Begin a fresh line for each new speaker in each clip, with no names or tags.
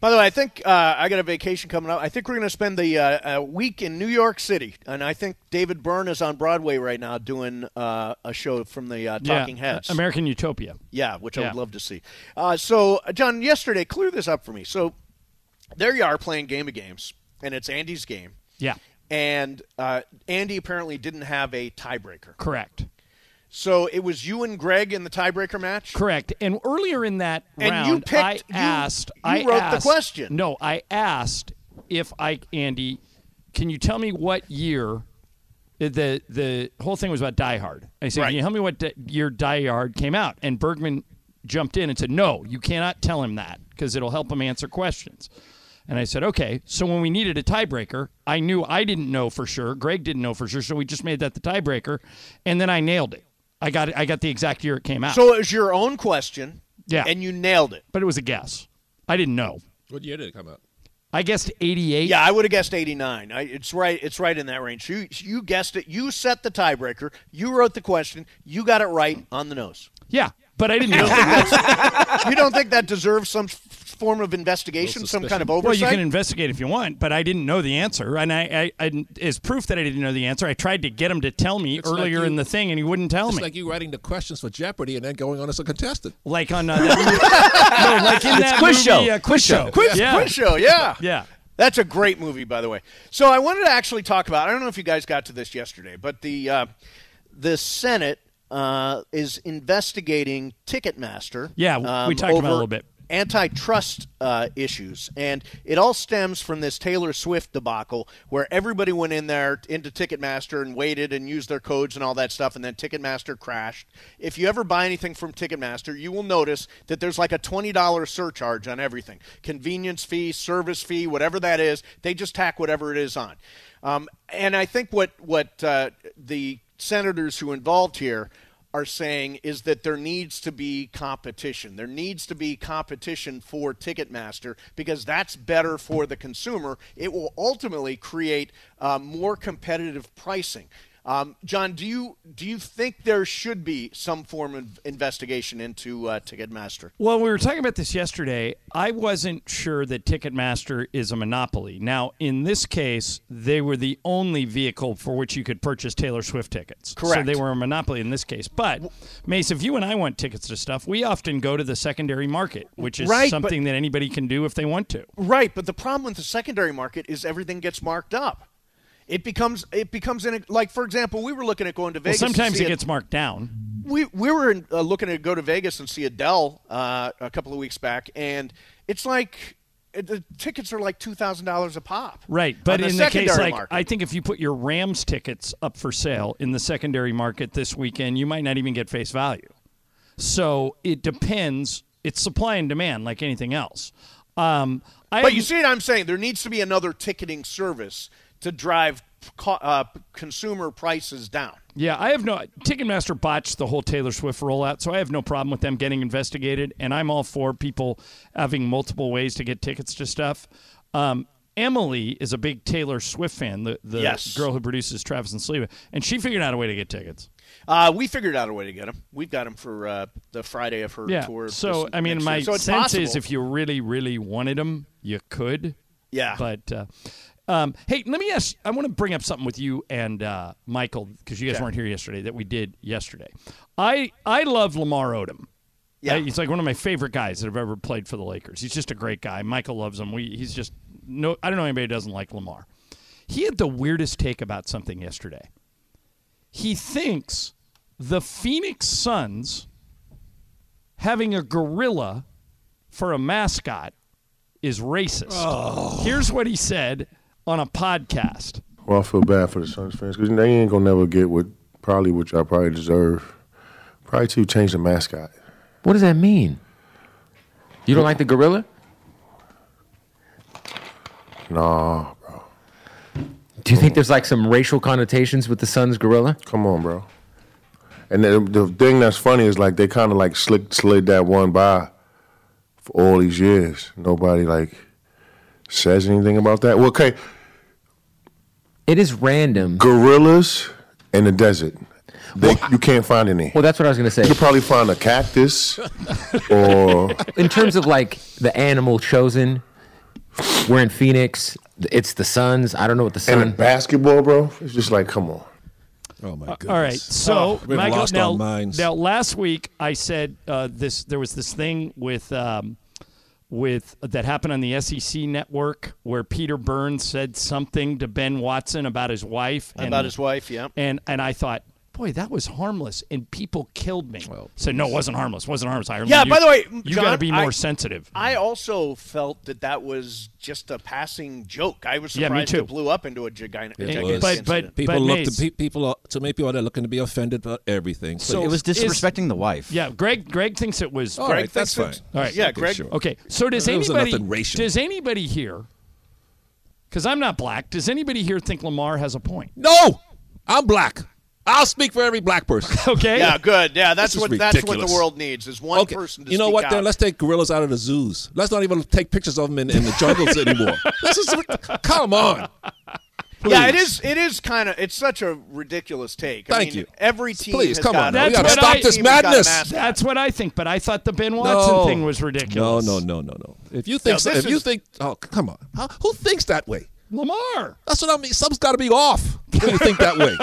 By the way, I think uh, I got a vacation coming up. I think we're going to spend the uh, week in New York City, and I think David Byrne is on Broadway right now doing uh, a show from the uh, Talking
yeah,
Heads,
American Utopia.
Yeah, which yeah. I would love to see. Uh, so, John, yesterday, clear this up for me. So, there you are playing Game of Games, and it's Andy's game.
Yeah,
and uh, Andy apparently didn't have a tiebreaker.
Correct.
So it was you and Greg in the tiebreaker match.
Correct. And earlier in that and round,
you picked,
I asked.
You, you
I
wrote
asked,
the question.
No, I asked if I Andy, can you tell me what year the the whole thing was about Die Hard? I said,
right.
can you tell me what di- year Die Hard came out? And Bergman jumped in and said, no, you cannot tell him that because it'll help him answer questions. And I said, okay. So when we needed a tiebreaker, I knew I didn't know for sure. Greg didn't know for sure. So we just made that the tiebreaker. And then I nailed it. I got I got the exact year it came out.
So it was your own question.
Yeah.
And you nailed it.
But it was a guess. I didn't know.
What year did it come out?
I guessed 88.
Yeah, I would have guessed 89. I, it's right it's right in that range. You you guessed it. You set the tiebreaker. You wrote the question. You got it right on the nose.
Yeah. But I didn't know.
you don't think that deserves some form of investigation, some kind of oversight?
Well, you can investigate if you want, but I didn't know the answer, and I, I, I as proof that I didn't know the answer, I tried to get him to tell me
It's
earlier
like you-
in the thing, and he wouldn't tell
It's
me.
like you writing the questions for Jeopardy and then going on as a contestant.
like on uh, that, no, like in that
quiz
movie,
show.
uh, quiz show,
Quiz,
yeah.
quiz show, yeah.
Yeah.
That's a great movie, by the way. So I wanted to actually talk about. I don't know if you guys got to this yesterday, but the uh, the Senate uh, is investigating Ticketmaster. um,
Yeah, we talked about it a
over
little bit.
Antitrust uh, issues, and it all stems from this Taylor Swift debacle, where everybody went in there into Ticketmaster and waited and used their codes and all that stuff, and then Ticketmaster crashed. If you ever buy anything from Ticketmaster, you will notice that there's like a twenty dollar surcharge on everything: convenience fee, service fee, whatever that is. They just tack whatever it is on. Um, and I think what what uh, the senators who involved here are saying is that there needs to be competition. There needs to be competition for Ticketmaster because that's better for the consumer. It will ultimately create uh, more competitive pricing. Um, John, do you do you think there should be some form of investigation into uh, Ticketmaster?
Well, we were talking about this yesterday. I wasn't sure that Ticketmaster is a monopoly. Now, in this case, they were the only vehicle for which you could purchase Taylor Swift tickets. So
Correct.
they were a monopoly in this case. But, Mace, if you and I want tickets to stuff, we often go to the secondary market, which is
Right, but-
something that anybody can do if they want to.
Right, but the problem with the secondary market is everything gets marked up. It becomes it becomes in a, like for example, we were looking at going to
Well,
Vegas. to
sometimes
see
it
a-
gets marked down.
we we were in, uh, looking to go to Vegas and see Adele uh, a couple of weeks back, and it's like it, the tickets are like two thousand dollars a pop.
Right,
on
but in the
secondary
case like
market.
I think if you put your Rams tickets up for sale in the secondary market this weekend, you might not even get face value. So it depends. It's supply and demand, like anything else. Um, I
but you see what I'm saying? There needs to be another ticketing service to drive co- uh, consumer prices down.
yeah, I have no Ticketmaster botched the whole Taylor Swift rollout, so I have no problem with them getting investigated, and I'm all for people having multiple ways to get tickets to stuff. Um, Emily is a big Taylor Swift fan, the, the
Yes.
girl who produces Travis and Sleva, and she figured out a way to get tickets.
Uh, we figured out a way to get them. We've got them for uh, the Friday of her
yeah.
tour.
So
this
I mean,
next
my
year. so it's
sense
possible.
is if you really, really wanted them, you could.
Yeah.
But uh, um, hey, let me ask. I want to bring up something with you and uh, Michael because you guys weren't here yesterday that we did yesterday. I I love Lamar Odom.
Yeah.
Uh, he's like one of my favorite guys that have ever played for the Lakers. He's just a great guy. Michael loves him. We he's just no. I don't know anybody who doesn't like Lamar. He had the weirdest take about something yesterday. He thinks the Phoenix Suns having a gorilla for a mascot is racist.
Oh.
Here's what he said on a podcast.
Well, I feel bad for the Suns fans because they ain't gonna never get what probably what y'all probably deserve. Probably to change the mascot.
What does that mean? You don't like the gorilla?
Nah, bro.
Do you think there's like some racial connotations with the Suns gorilla?
Come on, bro. And the, the thing that's funny is like they kind of like slick, slid that one by for all these years. Nobody like says anything about that. Well, okay,
It is random.
gorillas in the desert. They, you can't find any.
Well, that's what I was gonna
You
say.
could probably find a cactus or
In terms of like the animal chosen, we're in Phoenix. It's the Suns. I don't know what the
and a
Sun.
basketball, bro. It's just like, come on.
Oh my goodness.
All right. So
Oh, we've
Michael,
lost
now,
our minds.
now last week I said uh, this. There was this thing with um, with that happened on the SEC network where Peter Burns said something to Ben Watson about his wife. and-
About his wife, yeah.
And and I thought. Boy, that was harmless, and people killed me. Said no, it wasn't harmless. Wasn't harmless. Ireland,
Yeah,
you-
by the way,
you
John,
got to be more
I-
sensitive.
I also felt that that was just a passing joke. I was
Yeah, me
surprised
too.
it blew up into a gigantic, gigantic
was.
But- but-
incident.
People look
Mace-
to pe- people. Are, so many people are looking to be offended about everything.
So
Please.
it was
disrespecting the wife.
Yeah, Greg. Greg thinks it was.
all
Greg
right. That's fine.
thinks it's-
All right.
Yeah, Greg.
Sure.
Okay. So does
There was
anybody
nothing racial.
does anybody here? Because I'm not black. Does anybody here think Lamar has a point?
No, I'm black. I'll speak for every black person.
Okay.
Yeah, good. Yeah, that's
This is
what that's what the
ridiculous.
world needs is one
Okay,
person. To
you know
speak
what?
Out.
Then let's take gorillas out of the zoos. Let's not even take pictures of them in, in the jungles anymore. This is come on.
Yeah, it
Please.
is. It is kind of. It's such a ridiculous take. I
Thank
mean,
you.
Every team.
Please,
has
come
got
on.
a-
We gotta
every
stop
team
this
has got a
madness.
mascot.
That's what I think. But I thought the Ben Watson thing was ridiculous.
No, no, no, no, no. If you think,
No,
so,
this
if you
is-
think, oh, c- come on, How, who thinks that way?
Lamar.
That's what I mean. Something's got to be off when you think that way.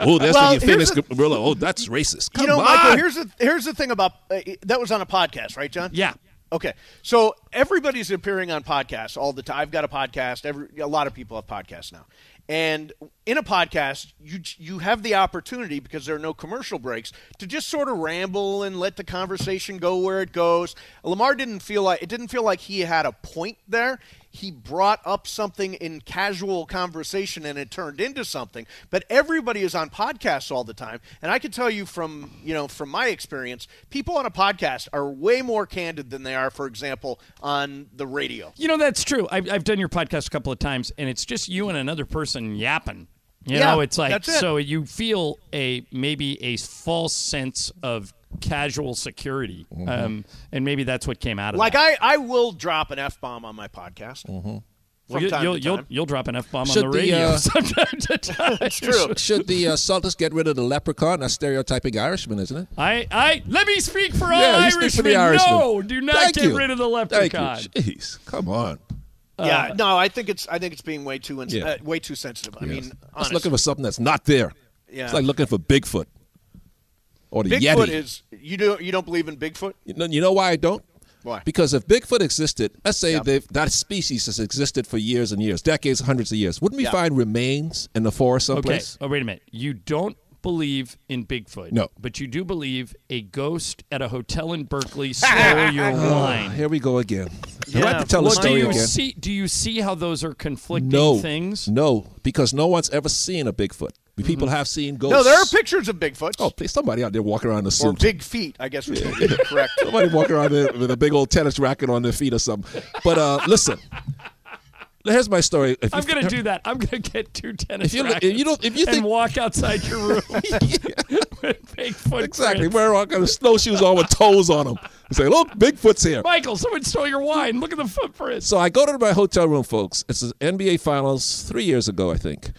oh, that's
Well,
when you
here's
finish
the-
gorilla. Oh, that's racist. Come
you know,
on.
Michael. Here's the here's the thing about uh, that was on a podcast, right, John?
Yeah.
Okay, so everybody's appearing on podcasts all the time. I've got a podcast. Every a lot of people have podcasts now, and in a podcast, you you have the opportunity because there are no commercial breaks to just sort of ramble and let the conversation go where it goes. Lamar didn't feel like it didn't feel like he had a point there. He brought up something in casual conversation and it turned into something. But everybody is on podcasts all the time, and I can tell you from you know from my experience, people on a podcast are way more candid than they are, for example, on the radio.
You know that's true. I've, I've done your podcast a couple of times, and it's just you and another person yapping. You
Yeah,
know, it's like
that's it.
so you feel a maybe a false sense of casual security,
Mm-hmm.
um, and maybe that's what came out of
Like
that.
I, I will drop an f bomb on my podcast. Mm-hmm. From
you,
time
will
to
you'll
time.
you'll drop an f bomb on
Should
the
the,
radio
uh,
from time to time.
It's true.
Should the uh, Celtics get rid of the leprechaun? That's stereotyping Irishman, isn't it?
I, I let me speak for all
yeah, you
Irishmen.
speak for the Irishman.
No, do not
Thank
get
you.
rid of the
Thank you.
leprechaun. Uh,
Jeez, come on.
yeah, no, I think it's I think it's being way too ins-
Yeah.
uh, way too sensitive. I mean,
it's
honestly.
looking for something that's not there.
Yeah.
It's like looking for Bigfoot or the
Bigfoot
Yeti.
is you do you don't believe in Bigfoot?
You know, you know why I don't?
Why?
Because if Bigfoot existed, let's say they've, that species has existed for years and years, decades, hundreds of years, wouldn't we
Yeah.
find remains in the forest
Okay.
someplace?
Oh, wait a minute. You don't believe in Bigfoot.
No.
But you do believe a ghost at a hotel in Berkeley stole your wine.
Ah, Here we go again. You
Yeah.
have to tell the
What
Well, do
story
you
again.
see? Do you see how those are conflicting
no
things? Mm-hmm.
No, because no one's ever seen a Bigfoot. People have seen ghosts.
No, there are pictures of Bigfoots
Oh, please, somebody out there walking around in a
or
suit.
big feet. I guess would be correct.
Somebody walking around there with a big old tennis racket on their feet or something. But uh, listen, here's my story. If
I'm
you-
gonna do that. I'm gonna get two tennis
If you- if
rackets
you don't- if you
and
think-
walk outside your room with Bigfoot.
Exactly.
prints.
Wearing all kind of snowshoes on with toes on them. And say, look, Bigfoot's here.
Michael, someone stole your wine. Look at the footprints.
So I go to my hotel room, folks. It's the NBA Finals three years ago, I think.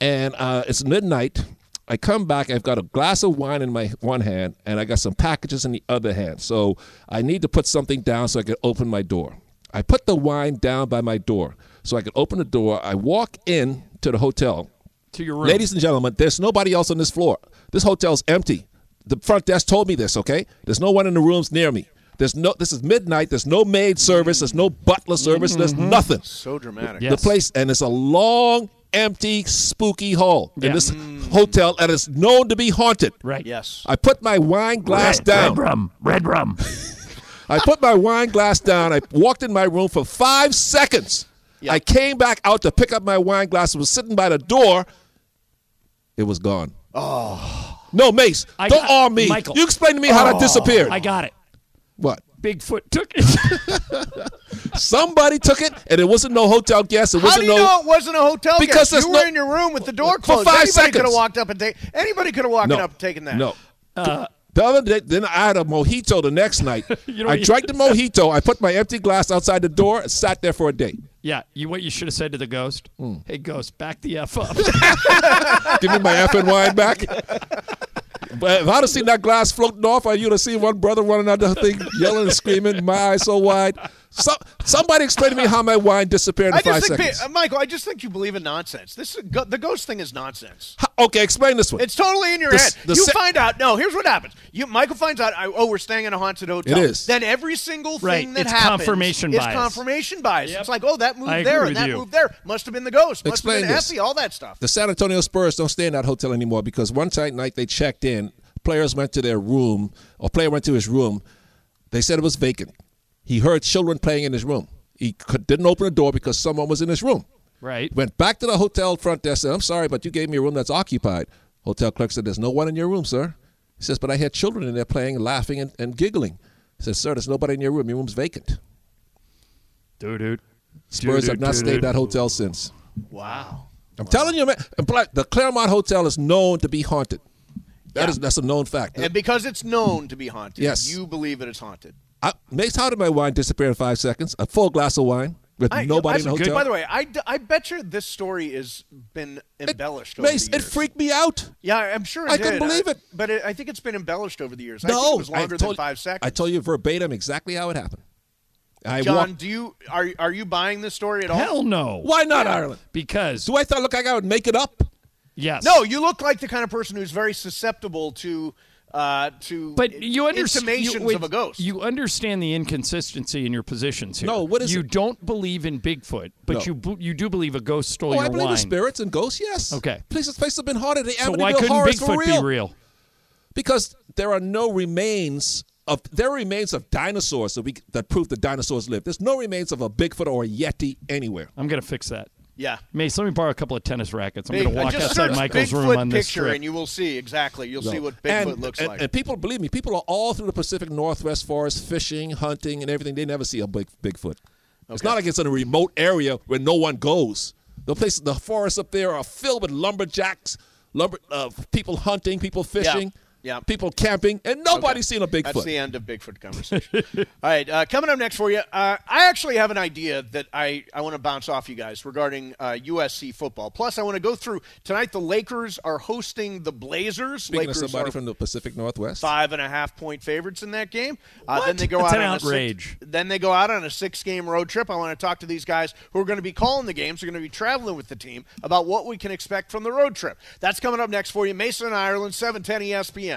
And uh, it's midnight. I come back. I've got a glass of wine in my one hand, and I got some packages in the other hand. So I need to put something down so I can open my door. I put the wine down by my door so I can open the door. I walk in to the hotel.
to your room.
Ladies and gentlemen, there's nobody else on this floor. This hotel's empty. The front desk told me this, okay? There's no one in the rooms near me. There's no this is midnight. There's no maid service. There's no butler service. There's nothing.
Mm-hmm. so dramatic.
Yes.
The place and it's a long, empty, spooky hall
Yeah. Mm.
in this hotel that is known to be haunted.
Right.
Yes.
I put my wine glass down.
rum. Red rum.
I put my wine glass down. I walked in my room for five seconds. I came back out to pick up my wine glass. I was sitting by the door. It was gone. Oh. No, Mace,
I
don't
got-
arm me.
Michael. Oh,
You explain to me how that disappeared.
I got it.
what?
Bigfoot took it.
Somebody took it and it wasn't no hotel guest. It
How
wasn't
do you
no.
know it wasn't a hotel? guest?
Because there's
you
no-
were in your room with the door
For
closed.
five
anybody could have
seconds.
walked up and taken. Anybody could have walked
No.
up and taken that.
No.
Uh,
the other day, then I had a mojito the next night. I drank the mojito. I put my empty glass outside the door and sat there for a day.
Yeah, you what you should have said to the ghost.
Hmm.
Hey, ghost, back the f up.
Give me my effing wine back. But if I'd have seen that glass floating off, I you'd have seen one brother running out the thing, yelling and screaming, my eyes so wide. So, somebody explain to me how my wine disappeared in
I
five
just think,
seconds.
pe- uh, Michael. I just think you believe in nonsense. This is, go- the ghost thing is nonsense.
Ho- okay, explain this one.
It's totally in your
The
head.
s- the
you
se-
find out. No, here's what happens. You Michael finds out. I, oh, we're staying in a haunted hotel.
It is.
Then every single thing
Right,
that
it's
happens
confirmation
is
bias.
confirmation bias.
Yep.
It's like, oh, that
I
moved there and
agree with
that
you.
moved there. Must have been the ghost. Must
Explain
have been
this.
Effie. All that stuff.
The San Antonio Spurs don't stay in that hotel anymore because one ti- night they checked in, players went to their room, or player went to his room. They said it was vacant. He heard children playing in his room. He could, didn't open the door because someone was in his room.
right.
Went back to the hotel front desk said, I'm sorry, but you gave me a room that's occupied. Hotel clerk said, There's no one in your room, sir. He says, But I had children in there playing, laughing, and, and giggling. He says, Sir, there's nobody in your room. Your room's vacant.
Dude, dude.
Spurs have not stayed in that hotel since.
Wow.
I'm telling you, man. and Black- The Claremont Hotel is known to be haunted. That is that's a known fact.
And because it's known to be haunted,
Yes.
you believe that it's haunted.
I, Mace, how did my wine disappear in five seconds? A full glass of wine with
I-
nobody
that's
in the
good.
hotel.
By the way, I, d- I bet you this story has been embellished. over
Mace,
the
it
years.
freaked me out.
Yeah, I'm sure it
I
did.
couldn't believe it.
But it, I think it's been embellished over the years. I think
no,
it was longer
I told,
than five seconds.
I told you verbatim exactly how it happened. I
John,
walked-
do you are are you buying this story at all?
Hell no.
Why not Ireland?
Because
Do I thought look like I would make it up?
yes.
No, you look like the kind of person who's very susceptible to uh, to
But you understand
intimations of a ghost.
You understand the inconsistency in your positions here.
No, what is
you
it?
don't believe in Bigfoot, but
No.
you bo- you do believe a ghost stole
oh,
your
I believe
wine.
in spirits and ghosts. Yes.
Okay.
Places, places have been haunted. They
so
haven't
why
built
couldn't
horrors for
Bigfoot
real.
be real?
because there are no remains of there are remains of dinosaurs that we that prove the dinosaurs lived. There's no remains of a Bigfoot or a Yeti anywhere.
I'm gonna fix that.
yeah.
Mace, let me borrow a couple of tennis rackets. I'm
Big-
gonna walk
just
outside
search
Michael's
Bigfoot
room on this
picture,
trip.
and you will see exactly. You'll see what Bigfoot
And-
looks
and,
like.
And people believe me, people are all through the Pacific Northwest forest fishing, hunting, and everything. They never see a big Bigfoot. It's not like it's in a remote area where no one goes. The places, the forests up there are filled with lumberjacks, lumber uh, people hunting, people fishing,
yeah.
people camping, and nobody's seen a Bigfoot.
That's the end of Bigfoot conversation. All right, uh, coming up next for you, uh, I actually have an idea that I, I want to bounce off you guys regarding uh, USC football. Plus, I want to go through tonight. The Lakers are hosting the Blazers.
Speaking
Lakers
of somebody
are
from the Pacific Northwest,
five and a half point favorites in that game. Uh, then they go
That's
out
an
on a six-
outrage.
then they go out on a six game road trip. I want to talk to these guys who are going to be calling the games, who are going to be traveling with the team about what we can expect from the road trip. That's coming up next for you. Mason, Ireland, seven ten E ESPN.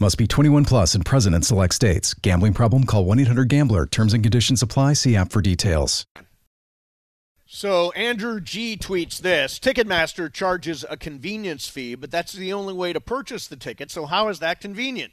Must be 21 plus and present in select states. Gambling problem? Call 1 800 Gambler. Terms and conditions apply. See app for details.
So Andrew G tweets this Ticketmaster charges a convenience fee, but that's the only way to purchase the ticket. So how is that convenient?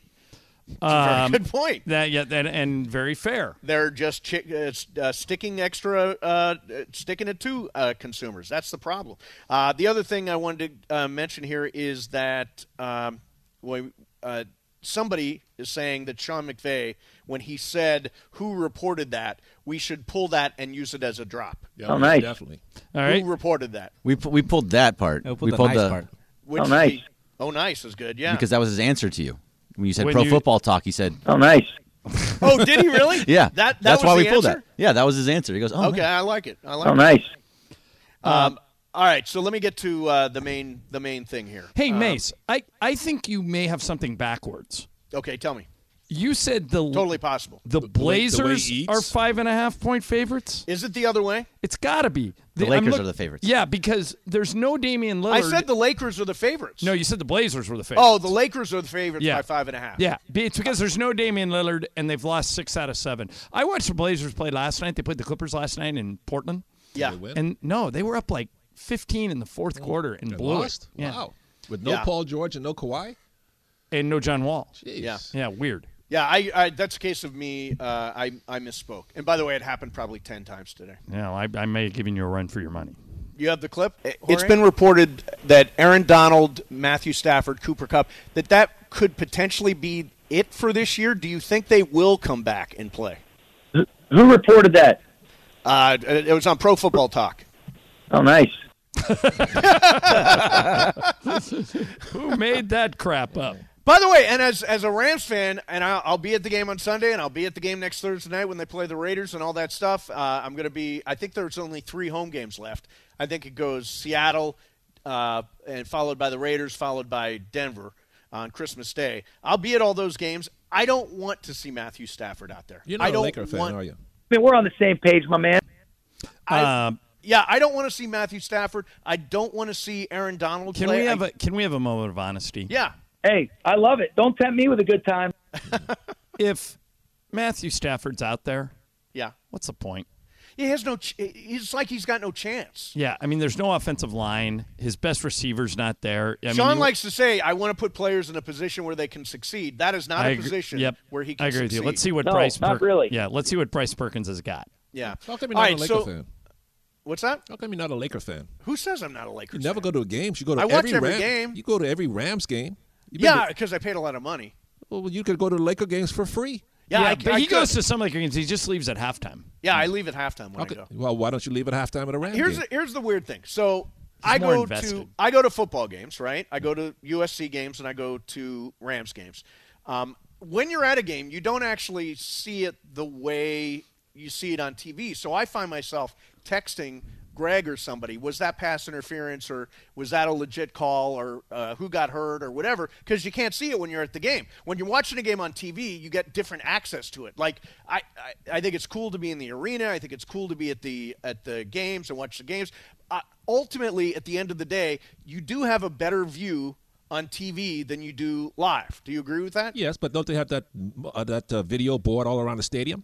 Um,
Very good point.
That yeah, that, and very fair.
They're just chi- uh, s- uh, sticking extra, uh, uh, sticking it to uh, consumers. That's the problem. Uh, the other thing I wanted to uh, mention here is that um, well, uh, somebody is saying that Sean McVay, when he said who reported that, we should pull that and use it as a drop.
Yeah,
All right.
definitely.
All right.
Who reported that?
We pu- we pulled that part.
No, we
we
pulled the
pulled
nice
the
part.
Which
Oh, nice.
he- oh, nice is good. Yeah.
because that was his answer to you when you said
When
pro
you-
football talk. He said,
"Oh, nice."
Oh, did he really?
yeah,
That, that
that's
was
why
the
we pulled
answer?
that. Yeah, that was his answer. He goes, "Oh,
okay,
man.
I like it. I like
Oh,
it.
nice.
Uh,
Um, all right, so let me get to uh, the main the main thing here.
Hey,
Um,
Mace, I, I think you may have something backwards.
Okay, tell me.
You said the
totally possible.
The Blazers are five and a half point favorites.
Is it the other way?
It's got to be.
The
I'm
Lakers are the favorites.
Yeah, because there's no Damian Lillard.
I said the Lakers are the favorites.
no. You said the Blazers were the favorites.
Oh, the Lakers are the favorites
Yeah.
by five and a half.
Yeah, be- it's because there's no Damian Lillard, and they've lost six out of seven. I watched the Blazers play last night. They played the Clippers last night in Portland.
Yeah. Did they win?
and no, they were up like 15 in the fourth quarter and
Oh, They
blew
lost?
it. Yeah.
Wow. With no Paul George and no Kawhi?
and no John Wall.
Yeah.
yeah, weird.
Yeah, I, I that's a case of me. Uh, I I misspoke. And by the way, it happened probably ten times today.
Yeah, I, I may have given you a run for your money.
You have the clip. It's
Jorge?
been reported that Aaron Donald, Matthew Stafford, Cooper Cup, that that could potentially be it for this year. Do you think they will come back and play?
Who reported that?
Uh, it it was on Pro Football Talk.
Oh, nice.
Who made that crap up?
By the way, and as as a Rams fan, and I'll, I'll be at the game on Sunday, and I'll be at the game next Thursday night when they play the Raiders and all that stuff. Uh, I'm going to be. I think there's only three home games left. I think it goes Seattle, uh, and followed by the Raiders, followed by Denver on Christmas Day. I'll be at all those games. I don't want to see Matthew Stafford out there.
You're
I
not a
don't
Laker fan,
want-
are you?
I
Uh,
mean, we're on the same page, my man.
Um,
Yeah, I don't want to see Matthew Stafford. I don't want to see Aaron Donald
can
play.
we have
I-
a Can we have a moment of honesty?
yeah?
Hey, I love it. Don't tempt me with a good time.
If Matthew Stafford's out there,
Yeah.
what's the point?
He has no. Ch- it's like he's got no chance.
Yeah, I mean, there's no offensive line. His best receiver's not there. I mean,
Sean
you-
likes to say, "I want to put players in a position where they can succeed." That is not
I
a
agree-
position
yep,
where he can
I agree with you.
succeed.
Let's see what Bryce. Perk- Yeah, let's see what Bryce Perkins has got.
Yeah.
How come you're
All
not
right,
a Laker
so
fan?
what's that?
How come you're not a Laker fan?
Who says I'm not a
You
Lakers?
never go to a game. You go to
I watch every
Ram-
game.
You go to every Rams game. You've been
yeah,
to-
because I paid a lot of money.
well, you could go to Laker games for free.
Yeah, I,
but
I
he
could-
goes to some Laker games. He just leaves at halftime.
Yeah, I leave at halftime when I
Okay.
go.
Well, why don't you leave at halftime at a Rams
Here's
game?
the, here's the weird thing. So I
more
go to
invested.
I go to football games, right? I go to USC games and I go to Rams games. Um, when you're at a game, you don't actually see it the way you see it on TV. So I find myself texting Greg or somebody, was that pass interference or was that a legit call or uh, who got hurt or whatever? Because you can't see it when you're at the game. When you're watching a game on TV, you get different access to it. Like I, I, I think it's cool to be in the arena. I think it's cool to be at the at the games and watch the games. Uh, ultimately, at the end of the day, you do have a better view on TV than you do live. Ah, Do you agree with that?
Yes, but don't they have that uh, that uh, video board all around the stadium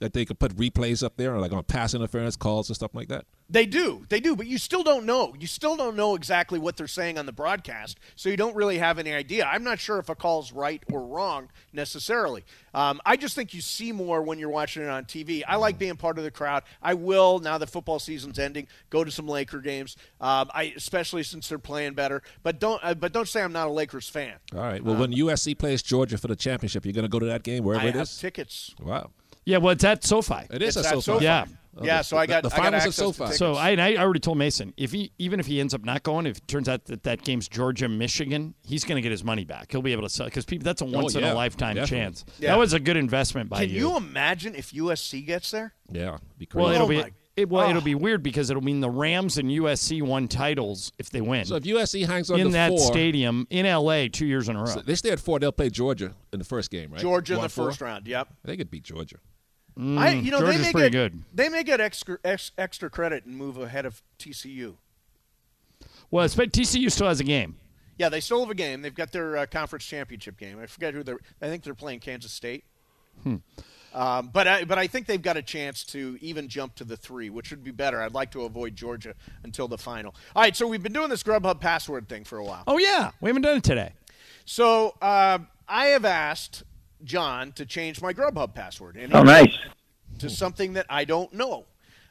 that they could put replays up there, like on pass interference calls and stuff like that?
They do. They do, but you still don't know. You still don't know exactly what they're saying on the broadcast, so you don't really have any idea. I'm not sure if a call's right or wrong necessarily. Um, I just think you see more when you're watching it on TV. I like being part of the crowd. I will, now that football season's ending, go to some Laker games, um, I, especially since they're playing better. But don't, uh, but don't say I'm not a Lakers fan.
All right. Well, when USC plays Georgia for the championship, you're going to go to that game wherever
Uh, I
it
have
is.
tickets.
Wow.
Yeah, well, it's at SoFi.
It is
It's
at
at
SoFi.
SoFi.
Yeah.
Yeah, so I
The-
got-
the
I got
finals
access to
at SoFi.
tickets.
So I, and I already told Mason if he even if he ends up not going, if it turns out that that game's Georgia Michigan, he's going to get his money back. He'll be able to sell because people that's a once in
Oh, yeah,
a lifetime
definitely.
chance.
Yeah.
That was a good investment by
Can you imagine if USC gets there?
yeah. Be
Well,
crazy.
it'll
Oh
be
my-
it, well, it'll
Oh.
be weird because it'll mean the Rams and USC won titles if they win.
So if USC hangs on
in
to
that
four,
stadium in LA two years in a row.
so they stay at four. They'll play Georgia in the first game, right?
Georgia in the
One-four?
first round. Yep.
They could beat Georgia.
I, you know,
Mm, Georgia's
they may
pretty
get,
good.
They may get extra, ex, extra credit and move ahead of TCU.
Well, it's, but TCU still has a game.
Yeah, they still have a game. They've got their uh, conference championship game. I forget who they're. I think they're playing Kansas State.
Hmm.
Um, but I, but I think they've got a chance to even jump to the three, which would be better. I'd like to avoid Georgia until the final. All right, so we've been doing this Grubhub password thing for a while.
Oh yeah, we haven't done it today.
So um, I have asked John to change my Grubhub password. And he-
Oh, nice.
To something that I don't know.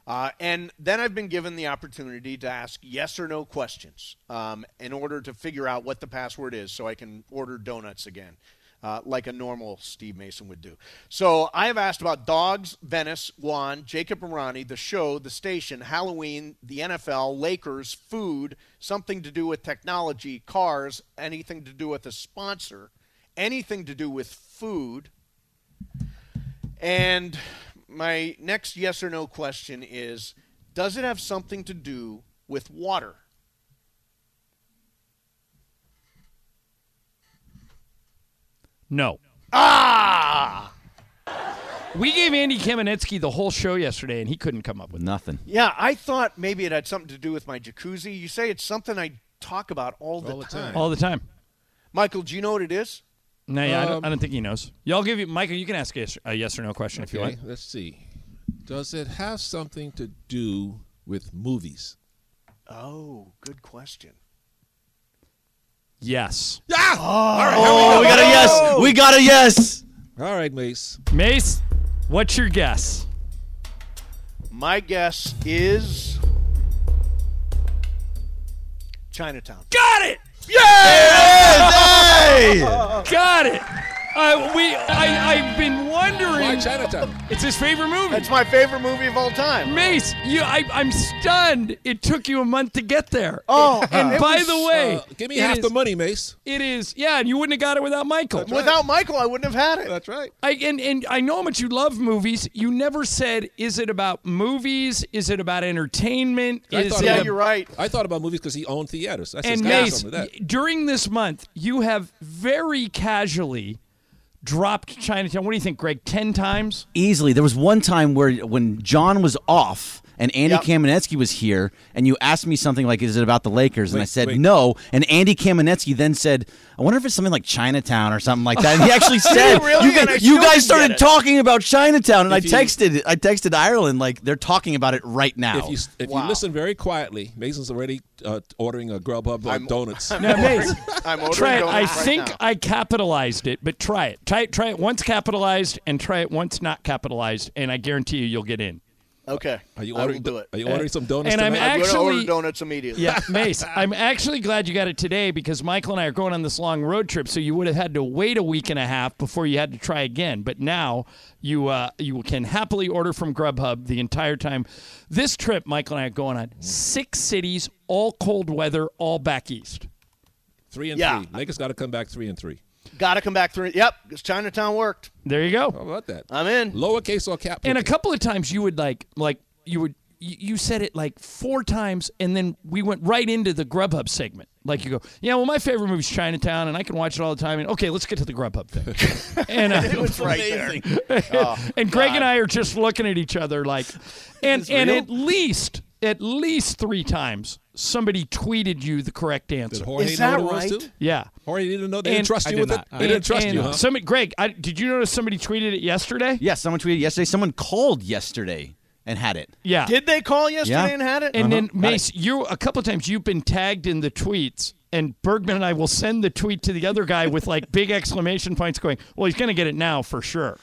Uh, and then I've been given the opportunity to ask yes or no questions um, in order to figure out what the password is so I can order donuts again, uh, like a normal Steve Mason would do. So I have asked about dogs, Venice, Juan, Jacob Arani, the show, the station, Halloween, the NFL, Lakers, food, something to do with technology, cars, anything to do with a sponsor, anything to do with food, And my next yes or no question is Does it have something to do with water?
No.
Ah!
We gave Andy Kamenetsky the whole show yesterday, and he couldn't come up with
nothing.
Yeah, I thought maybe it had something to do with my jacuzzi. You say it's something I talk about all the, time.
All the time.
Michael, do you know what it is?
No, yeah, I,
Um,
don't, I don't think he knows. Y'all give you, Michael. You can ask a yes, a yes or no question if you
Okay,
want.
let's see. Does it have something to do with movies?
Oh, good question.
Yes.
Yeah.
Oh, we got a yes. We got a yes.
All right, Mace.
Mace, what's your guess?
My guess is Chinatown.
Got it.
Yes!
Got it. I we I I've been wondering. Why
Chinatown?
It's his favorite movie. It's
my favorite movie of all time.
Mace, you I I'm stunned. It took you a month to get there.
Oh,
and
it
by
was-
the way,
Uh, give me
it
half
is-
the money, Mace.
It is, yeah, and you wouldn't have got it without Michael.
Without Michael, I wouldn't have had it.
That's right.
I, and, and I know how much you love movies. You never said, is it about movies? Is it about entertainment?
I
Is
thought
it
about-
a-
I thought about movies because he owned theaters. I said,
and
"It's gotta be
Mace,
something with that."
y- during this month, you have very casually dropped Chinatown. What do you think, Greg? Ten times?
Easily. There was one time where when John was off and Andy
Yep.
Kamenetsky was here, and you asked me something like, "Is it about the Lakers?" and I
Wait,
said
wait.
no, and Andy Kamenetsky then said, "I wonder if it's something like Chinatown or something like that." And he actually
Did he
said,
really?
"You
And I
guys, you
still
guys
didn't get
started
it.
talking about Chinatown," and
If
I
you-
texted, I texted Ireland like they're talking about it right now.
If you if you listen very quietly, Mason's already uh, ordering a Grubhub uh, donuts.
Now, Mace,
I'm ordering
try it.
donuts
I
right
think
now.
I capitalized it, but try it. Try it. Try it once capitalized, and try it once not capitalized, and I guarantee you, you'll get in.
Okay.
Are you
I will
ordering
do
do-
it.
are you ordering some donuts
And I'm
tonight?
I'm going to order
actually-
donuts immediately.
Yeah, Mace, I'm actually glad you got it today because Michael and I are going on this long road trip, so you would have had to wait a week and a half before you had to try again. But now you uh, you can happily order from Grubhub the entire time. This trip, Michael and I are going on six cities, all cold weather, all back east.
Three and
Yeah.
three. Lakers got to come back three and three.
Got to come back through. Yep, 'cause Chinatown worked.
There you go.
How about that?
I'm in.
Lowercase or capital?
And a couple of times you would like like you would you you said it like four times, and then we went right into the Grubhub segment. Like you go, yeah, well, my favorite movie's Chinatown, and I can watch it all the time. And okay, let's get to the Grubhub thing. and uh,
It was right there. Oh,
and Greg
God.
and I are just looking at each other like, and
this
and
real?
at least at least three times somebody tweeted you the correct answer.
Jorge Is know that what it was, right? too?
Yeah.
Jorge didn't know. They didn't trust you with it. They didn't trust you. Huh?
Some, Greg, I, did you notice somebody tweeted it yesterday?
Yeah, someone tweeted yesterday. Someone called yesterday and had it.
Yeah.
Did they call yesterday
Yeah.
and had it?
And then
Uh-huh. Got
Mace, you a couple of times you've been tagged in the tweets, and Bergman and I will send the tweet to the other guy with like big exclamation points, going, "Well, he's going to get it now for sure,"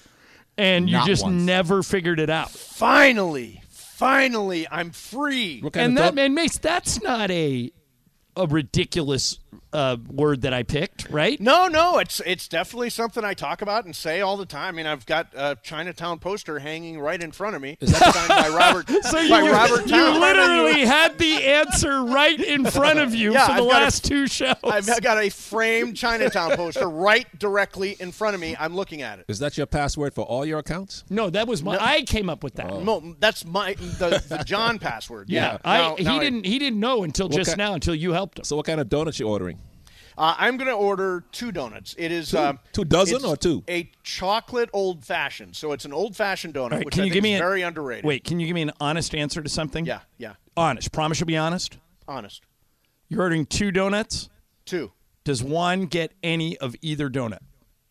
and you
Not
just
once.
never figured it out.
Finally, finally, I'm free.
and that man Mace, that's not a a ridiculous uh, word that I picked, right?
No, no, it's it's definitely something I talk about and say all the time. I mean, I've got a Chinatown poster hanging right in front of me, signed by Robert
So you,
by Robert
you
Towne.
literally had the answer right in front of you
Yeah,
for the
I've got a-
last two shows.
I've got a framed Chinatown poster right directly in front of me. I'm looking at it.
Is that your password for all your accounts? Oh.
No, that was my. I came up with that.
No, that's my the, the John password.
Oh. Yeah,
Yeah,
I,
Now-
he
now
didn't. He didn't know until
What
just
ki-
now until you helped him.
So what kind of donuts you ordering?
Uh, I'm going to order two donuts. It is
Two?
um,
Two dozen
it's
or two?
A chocolate old fashioned. So it's an old fashioned donut,
All right,
which
can
I
you
think
give me
is
an-
very underrated.
Wait, can you give me an honest answer to something? Yeah,
yeah.
Honest. Promise you'll be honest.
honest.
You're ordering two donuts.
Two.
Does one get any of either donut?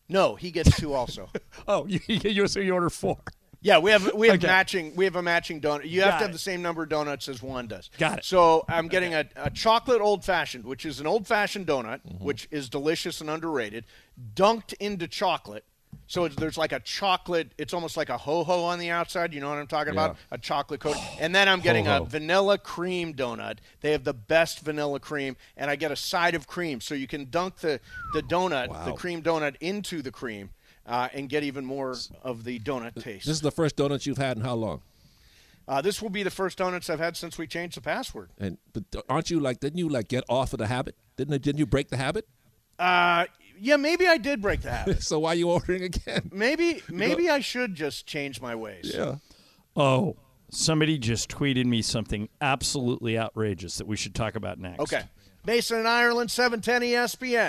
No, he gets two also.
oh, you, you so you order four.
Yeah, we have we have
Okay.
matching we have a matching donut. You have
Got
to have
it.
the same number of donuts as Juan does.
Got it.
So I'm getting a, a chocolate old fashioned, which is an old fashioned donut,
Mm-hmm.
which is delicious and underrated, dunked into chocolate. So it's, there's like a chocolate. It's almost like a ho ho on the outside. You know what I'm talking about? A chocolate coat. And then I'm getting a
Ho-ho.
vanilla cream donut. They have the best vanilla cream, and I get a side of cream. So you can dunk the the donut, the
Wow.
cream donut, into the cream. Uh, and get even more of the donut taste.
This is the first donut you've had in how long?
Uh, this will be the first donuts I've had since we changed the password.
And but aren't you like? Didn't you like get off of the habit? Didn't didn't you break the habit?
Uh, yeah, maybe I did break the habit.
so why are you ordering again?
Maybe maybe I should just change my ways.
Oh, somebody just tweeted me something absolutely outrageous that we should talk about next.
Okay. Mason in Ireland, E 710 ESPN.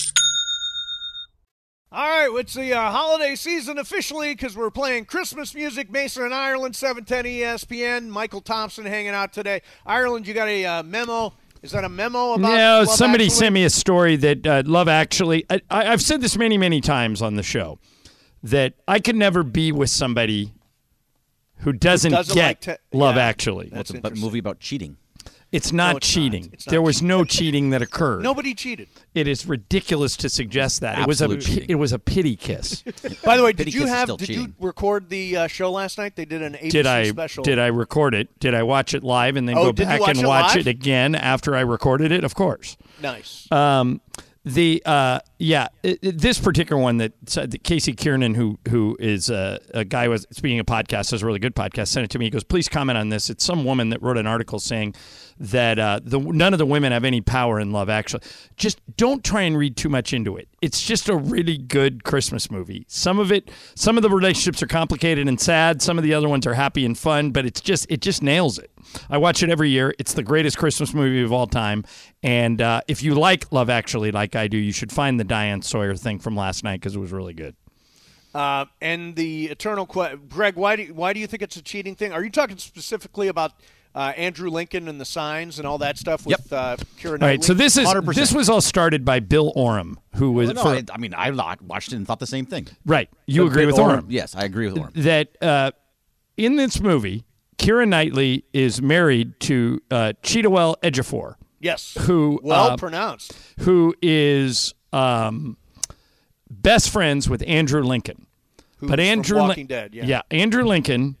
All right, it's the uh, holiday season officially because we're playing Christmas music. Mason in Ireland, E 710 ESPN. Michael Thompson hanging out today. Ireland, you got a uh, memo. Is that a memo about?
No,
Love
somebody
Actually?
sent me a story that uh, Love Actually. I, I, I've said this many, many times on the show that I could never be with somebody who doesn't,
doesn't
get
like to-
Love
yeah,
Actually.
Well, it's a bu- movie about cheating.
It's not
No, it's not.
cheating.
It's not
there was no cheating that occurred.
Nobody cheated.
It is ridiculous to suggest that. it
Absolute
was a
cheating.
it was a pity kiss.
By the way, did
Pity
you
kiss is
have?
still
Did
cheating.
you record the uh, show last night? They did an ABC
did I
special.
did I record it? Did I watch it live and then
Oh,
go
did you
back
watch
and
it
watch
live?
it again after I recorded it? Of course.
Nice.
Um, the uh, yeah, it, it- this particular one that, said that Casey Kiernan, who who is a, a guy was speaking of podcasts, does a really good podcast, sent it to me. He goes, "Please comment on this." It's some woman that wrote an article saying that uh, the none of the women have any power in love. Actually, just don't try and read too much into it. It's just a really good Christmas movie. Some of it, some of the relationships are complicated and sad. Some of the other ones are happy and fun. But it's just it just nails it. I watch it every year. It's the greatest Christmas movie of all time. And uh, if you like Love Actually, like I do, you should find the Diane Sawyer thing from last night because it was really good.
Uh, and the eternal question, Greg, why do you, why do you think it's a cheating thing? Are you talking specifically about uh, Andrew Lincoln and the signs and all that stuff with uh, Kira
All right, so
Knightley?
this is
100%.
this was all started by Bill Oram, who was
Well, Oh, no,
for-
I, I mean, I lo- watched it and thought the same thing.
right. You
But
agree with Oram?
Yes, I agree with Orm.
that uh, in this movie, Kira Knightley is married to uh, Chidowell Ejiofor.
Yes.
Who
Well
uh,
pronounced.
Who is um, best friends with Andrew Lincoln.
Who
but
from
Andrew Lin-
Walking Dead, yeah.
Andrew Lincoln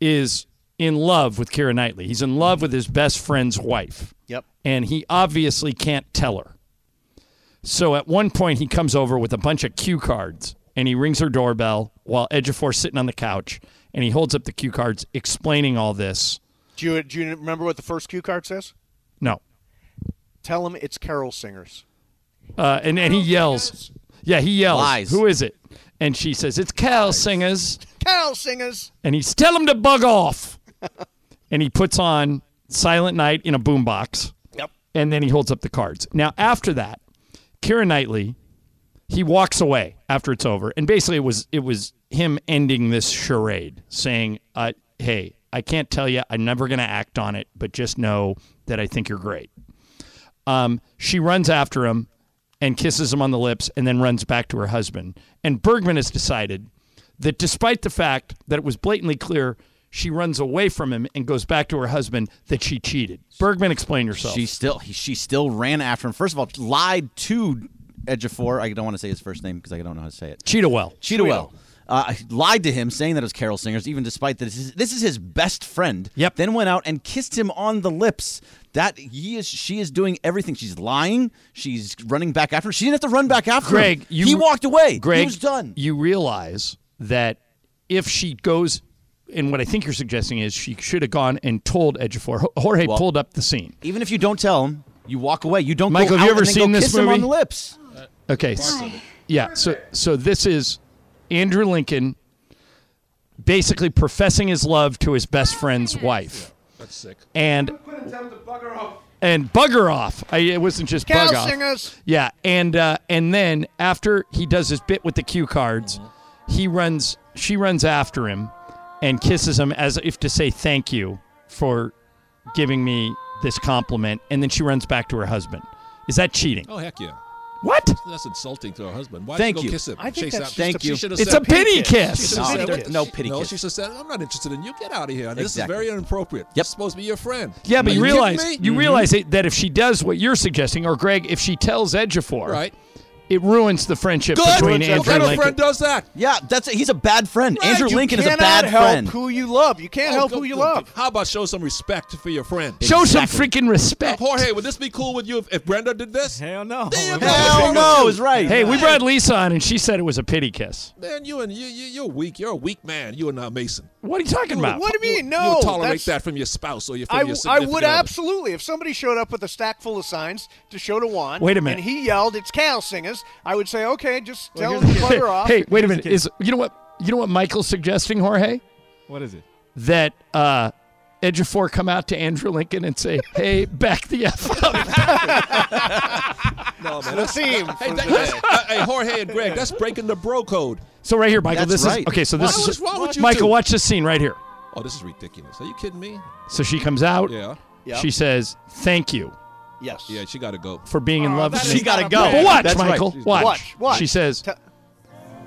is in love with Kira Knightley. He's in love with his best friend's wife.
Yep.
And he obviously can't tell her. So at one point, he comes over with a bunch of cue cards and he rings her doorbell while Edgefor's sitting on the couch and he holds up the cue cards explaining all this.
do you do you remember what the first cue card says?
No.
Tell him it's Carol Singers.
Uh, and, and he yells. Yeah, he yells.
Lies.
Who is it? And she says, It's Cal Singers.
Carol Singers.
And he's, Tell him to bug off. and he puts on Silent Night in a boombox.
Yep.
And then he holds up the cards. Now, after that, Kira Knightley, he walks away after it's over, and basically it was it was him ending this charade, saying, uh, "Hey, I can't tell you. I'm never going to act on it, but just know that I think you're great." Um, she runs after him and kisses him on the lips, and then runs back to her husband. And Bergman has decided that despite the fact that it was blatantly clear. She runs away from him and goes back to her husband that she cheated. Bergman, explain yourself.
She still he, she still ran after him. First of all, lied to Edgefor. I don't want to say his first name because I don't know how to say it.
Cheetahwell.
Cheetahwell. Uh, lied to him, saying that it was Carol Singers, even despite that this is, this is his best friend. Yep. Then went out and kissed him on the lips. That he is, she is doing everything. She's lying. She's running back after. him. She didn't have to run back after him.
Greg, you,
he walked away.
Greg,
he was done.
You realize that if she goes, and what I think you're suggesting is she should have gone and told Edgefor. Jorge
Well-
pulled up the scene.
Even if you don't tell him, you walk away. You don't.
Michael,
go
have you
out
ever
and then go
seen this
kiss
movie?
Him on the lips.
Okay, yeah. So so this is Andrew Lincoln basically professing his love to his best friend's wife.
That's sick.
And and bugger off. I, it wasn't just
Carol
bug off.
singers.
Yeah, and uh, and then after he does his bit with the cue cards, he runs. She runs after him and kisses him as if to say thank you for giving me this compliment, and then she runs back to her husband. Is that cheating?
Oh heck yeah.
What?
That's insulting to her husband. Why
Thank
did
you.
go kiss him?
I think
Chase
that's
after-
Thank
she
you.
should have
It's
said
a pity
pink
kiss.
She should
No,
have said,
there-
what the-
no pity
no,
kiss.
she should have said, "I'm not interested in you. Get out of here. This is
Exactly.
very inappropriate. Yep. supposed to be your friend.
Yeah, but
Are
you
kidding
realize
me? Mm-hmm.
you realize it, that if she does what you're suggesting, or Greg, if she tells Edgefor,
Right.
it ruins the friendship
Good.
between
What
Andrew
kind
and
of
Lincoln.
friend
does that?
Yeah, that's he's a bad friend.
Right,
Andrew
you
Lincoln is a
cannot
bad
help
friend.
Who you love? You can't
Oh,
help
go-
who you
go-
love.
How about show some respect for your friend?
Show some freaking respect.
Now, Jorge, would this be cool with you if, if Brenda did this? Hell no. Damn,
Hell
no, is right.
Hey, we brought Lisa on, and she said it was a pity kiss.
Man, you and you, you you're weak. You're a weak man. You are not Mason.
What are you talking about?
What do you mean? No,
You would tolerate
that's-
that from your spouse or your from
I, w-
your
I
significant
would
other.
absolutely. If somebody showed up with a stack full of signs to show to Juan,
Wait a minute.
and he yelled, "It's cow singers," I would say, "Okay, just
Well,
tell him
here's
to
the kiss.
bugger off."
Hey, wait a minute. Is you know what you know what Michael's suggesting, Jorge?
What is it?
That uh Edgefor come out to Andrew Lincoln and say, "Hey, back the f up."
No, man.
The theme
Hey,
for
that-
the
that's-
day.
uh, hey, Jorge and Greg, that's breaking the bro code.
So right here, Michael.
That's
this
right.
is okay. So this
What
is
is wrong with you
Michael.
two?
Watch this scene right here.
Oh, this is ridiculous. Are you kidding me?
So she comes out.
Yeah.
Yeah.
She says, "Thank you."
Yes.
Yeah, she got to go.
for being in love
Oh, that
with
is
me.
She gotta not go. bad.
But watch,
That's right.
Michael.
She's
Watch.
Watch, watch.
She says,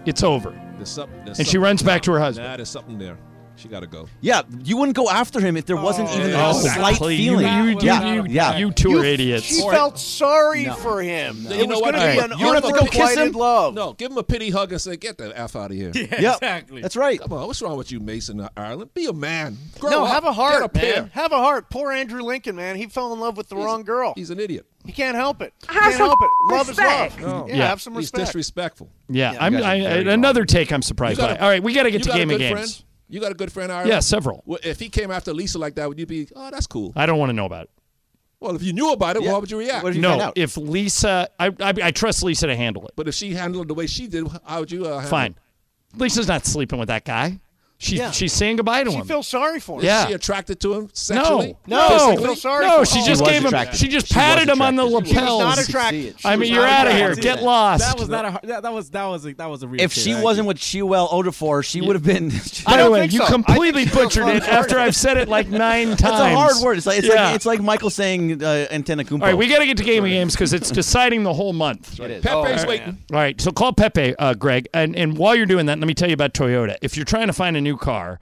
"It's over."
There's something, there's
And she
something-
runs back to her husband.
Nah, there's something there. She got to go.
Yeah, you wouldn't go after him if there wasn't even
yeah.
a
Oh,
slight
exactly. You-
feeling.
you- you-
yeah,
you-
yeah.
you two are idiots.
She felt sorry for him. It was going to be an
You don't have to go kiss
unrequited
him.
love.
No, give him a pity hug and say, "Get the f out of here."
Yeah, Yep. exactly.
That's right. Come on, what's wrong with you, Mason Ireland? Be a man. Grow
no,
up.
have a
Get
heart,
a pair.
man. Have a heart. Poor Andrew Lincoln, man. He fell in love with the wrong girl.
He's an idiot.
He can't help it. He
Have
can't
some
help it. Love
respect.
is love. Yeah,
Yeah.
have some
He's
respect.
disrespectful.
Yeah,
Yeah,
I'm,
you guys
I,
are very
another take I'm surprised
You
by.
got a-
All right, we got to
you
get to
got a
Game of
good
Games.
friend? You got a good friend, Ireland?
Yeah, several.
Well, if he came after Lisa like that, would you be, oh, that's cool?
I don't want to know about it.
Well, if you knew about it, how would you react?
no, if Lisa, I, I, I trust Lisa to handle it.
But if she handled it the way she did, how would you? Uh, handle
Fine.
it?
Lisa's not sleeping with that guy. She's
Yeah.
she's saying goodbye to
She
him.
feels
sorry for
Is
Yeah.
she attracted to him sexually?
no, no,
Physically?
no. She just gave him. She just patted him on the lapels. I mean, you're out of here. Get lost.
That was not a. har- That, that was that was a, that was a real.
If
shit.
she
I-
wasn't what Chewell Oda for, she would have been.
I don't think so. I think she was on the hard side.
That's a hard word. It's like it's,
Yeah.
like, it's like Michael saying uh, antenna kumpo.
All right, we got to get to Game of Games because it's deciding the whole month. It Oh,
is. Pepe's
All right.
waiting.
All right, so call Pepe, uh, Greg, and and while you're doing that, let me tell you about Toyota. If you're trying to find a new car,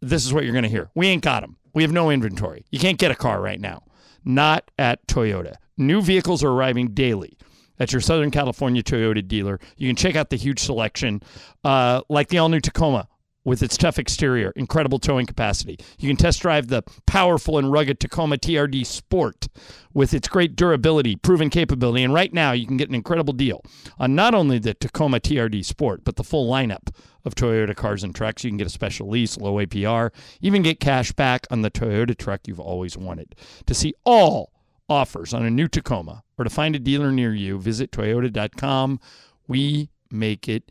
this is what you're going to hear. We ain't got them. We have no inventory. You can't get a car right now. Not at Toyota. New vehicles are arriving daily. At your Southern California Toyota dealer, you can check out the huge selection, uh, like the all-new Tacoma with its tough exterior, incredible towing capacity. You can test drive the powerful and rugged Tacoma TRD Sport with its great durability, proven capability, and right now you can get an incredible deal on not only the Tacoma TRD Sport, but the full lineup of Toyota cars and trucks. You can get a special lease, low APR, even get cash back on the Toyota truck you've always wanted. To see all offers on a new Tacoma or to find a dealer near you, visit toyota.com. We make it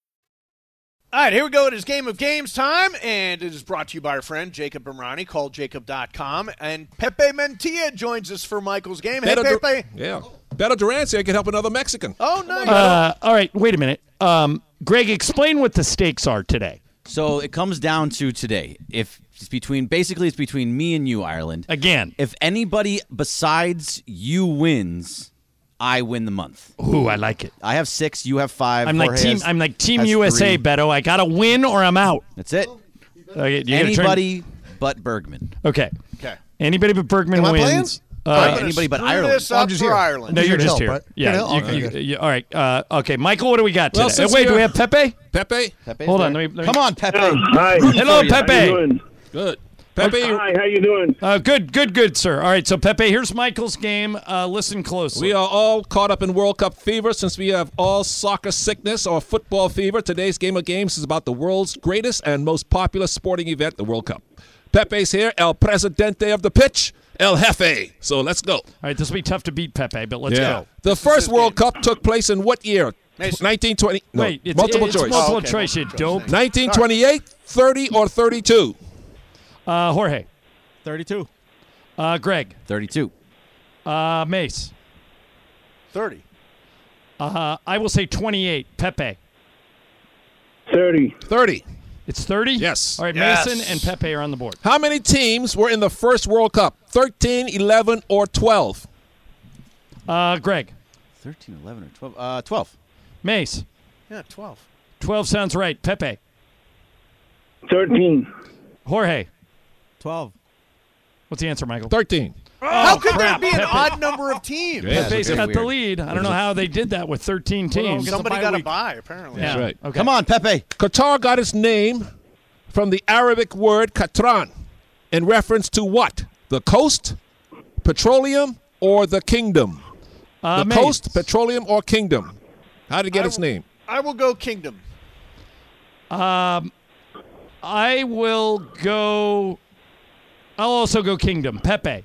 All right, here we go. It is Game of Games time, and it is brought to you by our friend Jacob Imrani, called Jacob.com. And Pepe Mentia joins us for Michael's game. Hey,
Beto Dur-
Pepe.
yeah. Beto Duran said he could help another Mexican.
Oh, nice.
Uh, all right, wait a minute. Um, Greg, explain what the stakes are today.
So it comes down to today. If it's between basically it's between me and you, Ireland.
Again.
If anybody besides you wins, I win the month.
Ooh, I like it.
I have six, you have five.
I'm like
Jorge
team.
has-
I'm like Team
has
USA,
three.
Beto. I gotta win or I'm out.
That's it.
Okay, you gotta turn-
Anybody but Bergman.
Okay.
Okay.
Anybody but Bergman
Am I playing?
wins. uh,
All right, anybody but Ireland.
Oh,
I'm just here. I'm
No,
just
you're
here to
just
help,
here.
right?
Yeah.
You're here to
you-
help.
you-
Okay.
you- all right. Uh, okay, Michael, what do we got
Well,
today?
since
Wait, do
you're-
we have Pepe?
Pepe.
Pepe.
Hold
there.
on. Let me, let me-
Come on, Pepe.
Hello, Pepe.
Good.
Pepe.
Hi, how you doing?
Uh, good, good, good, sir. All right, so Pepe, here's Michael's game. Uh, listen closely.
We are all caught up in World Cup fever since we have all soccer sickness or football fever. Today's game of games is about the world's greatest and most popular sporting event, the World Cup. Pepe's here, El Presidente of the pitch, El Jefe. So let's go. All
right, this will be tough to beat Pepe, but let's go.
The first World Cup took place in what year? 1920. No,
Wait, it's,
multiple
it's
choice.
Multiple choice, you dope.
1928, 30, or 32?
Uh, Jorge.
32.
Uh, Greg.
32.
Uh, Mace.
30.
Uh, I will say 28. Pepe.
30.
30.
It's 30?
Yes.
All right, Mason and Pepe are on the board.
How many teams were in the first World Cup? 13, 11, or 12?
Uh, Greg.
13, 11, or 12. Uh, 12.
Mace.
Yeah, 12.
12 sounds right. Pepe.
13.
Jorge.
12.
What's the answer, Michael?
13.
How could
Oh, crap,
there be an
Pepe.
odd number of teams?
Pepe's got the lead. I don't know how they did that with 13 teams.
Somebody got a buy, apparently.
Yeah.
That's right.
Okay. Come on,
Pepe.
Qatar got its name from the Arabic word Qatran in reference to what? The coast, petroleum, or the kingdom?
Uh,
the
Mace.
coast, petroleum, or kingdom? How did it get its name?
I will go Kingdom.
Um, I will go. I'll also go Kingdom. Pepe.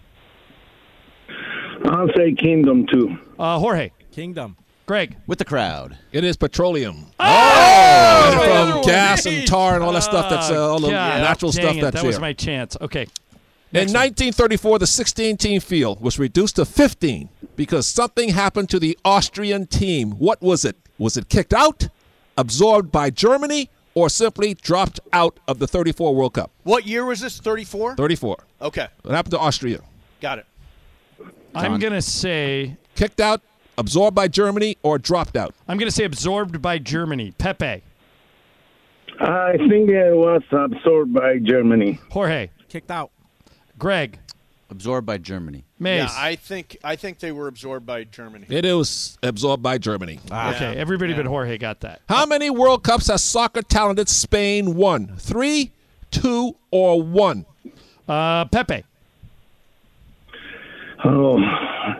I'll say Kingdom too.
Uh, Jorge.
Kingdom.
Greg.
With the crowd.
It is petroleum. Oh! from gas and tar and all that stuff that's uh, all the
Ah, Oh, God
natural
dang
stuff
it,
that's
That
here.
was my chance. Okay.
In 1934, the 16 team field was reduced to 15 because something happened to the Austrian team. What was it? Was it kicked out, absorbed by Germany, or simply dropped out of the 34 World Cup?
What year was this? 34?
34.
Okay,
What happened to Austria?
got it.
I'm going to say.
Kicked out, absorbed by Germany, or dropped out?
I'm going to say absorbed by Germany. Pepe.
I think it was absorbed by Germany.
Jorge.
Kicked out.
Greg.
Absorbed by Germany.
Yeah, I think I think they were absorbed by Germany.
It was absorbed by Germany.
Ah, okay.
Yeah.
Everybody but Jorge got that.
How many World Cups has soccer talented Spain won? Three, two, or one?
Uh, Pepe.
Oh,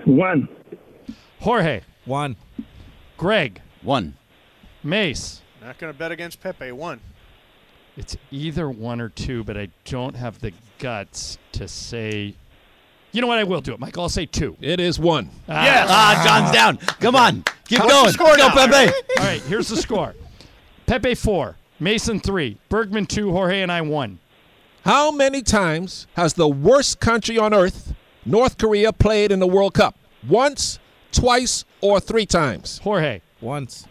one.
Jorge.
One.
Greg.
One.
Mace.
Not going to bet against Pepe. One.
It's either one or two, but I don't have the guts to say. You know what? I will do it, Michael. I'll say two.
It is one.
Yes. Ah, John's down. Come on. Keep
How's the
going.
score
Go,
now?
Pepe.
All right, here's the score Pepe four, Mason three, Bergman two, Jorge and I one.
How many times has the worst country on earth, North Korea, played in the World Cup? Once, twice, or three times?
Jorge.
Once.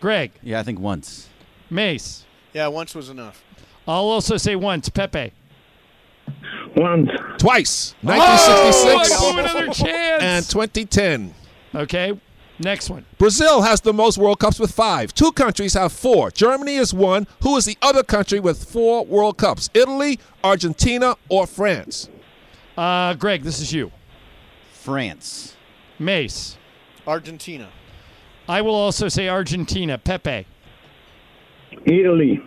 Greg.
Yeah, I think once.
Mace.
Yeah, once was enough.
I'll also say once. Pepe.
Once.
Twice.
Oh, I
1966
blew another chance.
and 2010.
Okay, next one.
Brazil has the most World Cups with five. Two countries have four. Germany is one. Who is the other country with four World Cups? Italy, Argentina, or France?
Uh, Greg, this is you.
France.
Mace.
Argentina.
I will also say Argentina. Pepe.
Italy.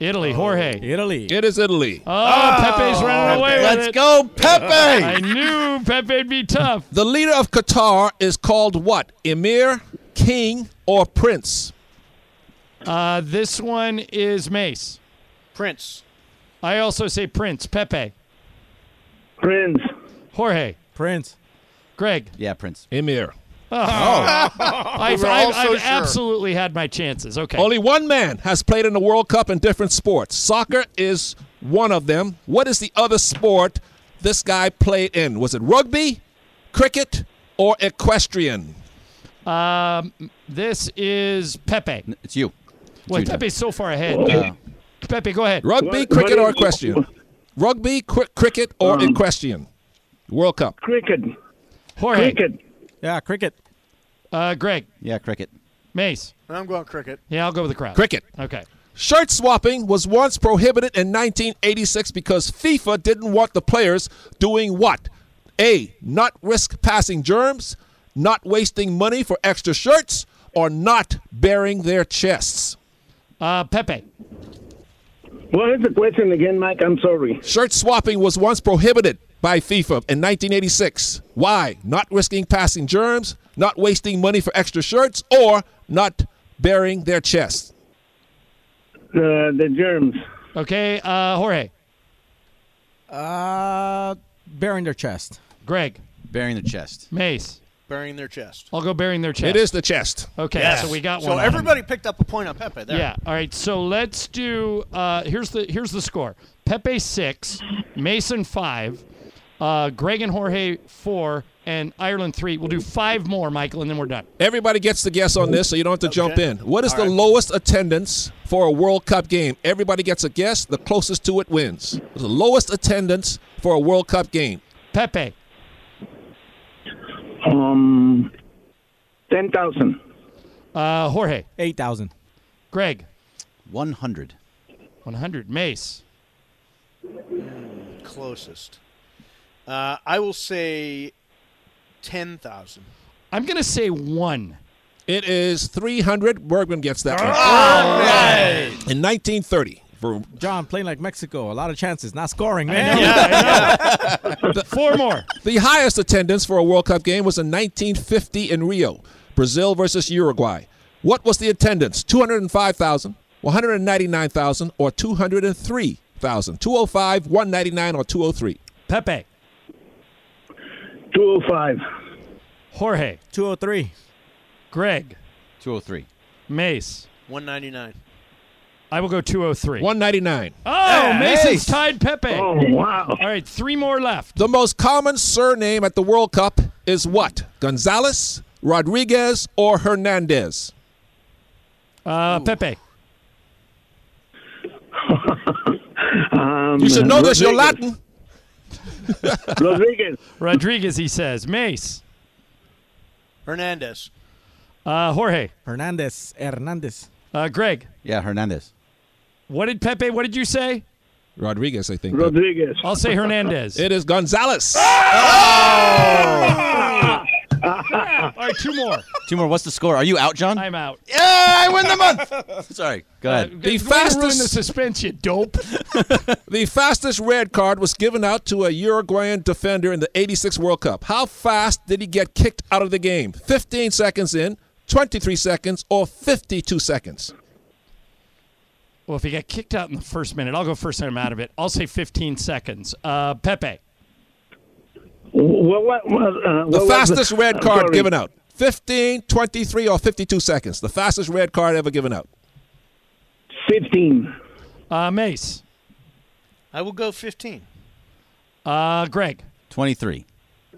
Italy. Jorge.
Italy.
It is Italy.
Oh, Pepe's running away with
Let's
it.
go, Pepe.
I knew Pepe'd be tough.
The leader of Qatar is called what? Emir, king, or prince?
Uh, this one is Mace.
Prince.
I also say Prince. Pepe.
Prince.
Jorge.
Prince.
Greg.
Yeah, Prince.
Emir.
Oh. I've,
We Oh, were
I've-
all so
I've
sure.
absolutely had my chances. Okay.
Only one man has played in the World Cup in different sports. Soccer is one of them. What is the other sport this guy played in? Was it rugby, cricket, or equestrian?
Um, this is Pepe.
It's you.
Well,
you, Jeff.
Pepe's so far ahead.
Uh,
Pepe, go ahead.
Rugby, cricket, or equestrian? Rugby, cri- cricket, or equestrian? World Cup.
Um, Cricket.
Jorge.
Cricket.
Yeah, cricket. Uh, Greg.
Yeah, cricket.
Mace.
I'm going cricket.
Yeah, I'll go with the crowd.
Cricket.
Okay.
Shirt swapping was once prohibited in 1986 because FIFA didn't want the players doing what? A. Not risk passing germs, not wasting money for extra shirts, or not bearing their chests.
Uh, Pepe.
What is the question again, Mike? I'm sorry. Shirt swapping was once prohibited by FIFA in 1986. Why? Not risking passing germs, not wasting money for extra shirts, or not bearing their chests.
Uh, the germs.
Okay, uh, Jorge.
Uh, bearing their chest.
Greg.
Bearing the chest.
Mace.
Burying their chest.
I'll go burying their chest.
It is the chest.
Okay, so we got
So
one. on him.
everybody picked up a point on Pepe there.
Yeah. All right. So let's do. Uh, here's the here's the score. Pepe six, Mason five, uh, Greg and Jorge four, and Ireland three. We'll do five more, Michael, and then we're done.
Everybody gets to guess on this, so you don't have to jump
Okay.
in. What is
All
the
right.
lowest attendance for a World Cup game? Everybody gets a guess. The closest to it wins. What's The lowest attendance for a World Cup game.
Pepe.
Um, 10,000.
Uh, Jorge.
Eight thousand.
Greg.
One hundred.
One hundred. Mace.
Hmm, Closest. Uh, I will say 10,000.
I'm gonna say one.
It is 300. Bergman gets that one.
Ah!
In 1930. For
John playing like Mexico, a lot of chances, not scoring, man.
Four more.
The highest attendance for a World Cup game was in 1950 in Rio, Brazil versus Uruguay. What was the attendance? 205,000, 199,000, or 203,000? 205, 199, or 203?
Pepe.
205.
Jorge.
Two
oh
hundred three.
Greg.
Two hundred three.
Mace.
199.
I will go two hundred three.
199.
Oh,
Hey,
Mason's
Mace.
tied Pepe.
Oh, wow.
All right, three more left.
The most common surname at the World Cup is what? Gonzalez, Rodriguez, or Hernandez?
Uh, Pepe.
Um,
You should know this, you're Latin.
Rodriguez.
Rodriguez, he says. Mace.
Hernandez.
Uh, Jorge.
Hernandez. Hernandez.
Uh, Greg.
Yeah, Hernandez.
What did Pepe? What did you say?
Rodriguez, I think.
Rodriguez.
I'll say Hernandez.
It is Gonzalez. Ah!
All right, two more.
Two more. What's the score? Are you out, John?
I'm out.
Yeah, I win the month. Sorry.
Uh,
Go ahead.
Way to ruin the
The fastest
suspense, you dope.
The fastest red card was given out to a Uruguayan defender in the 86 World Cup. How fast did he get kicked out of the game? 15 seconds in, 23 seconds, or 52 seconds?
Well, if he got kicked out in the first minute, I'll go first time out of it. I'll say 15 seconds. Uh, Pepe.
What, what, what, uh,
The
what was
fastest
the-
red
I'm
card
sorry.
given out 15, 23, or 52 seconds. The fastest red card ever given out.
15.
Uh, Mace.
I will go 15.
Uh, Greg.
23.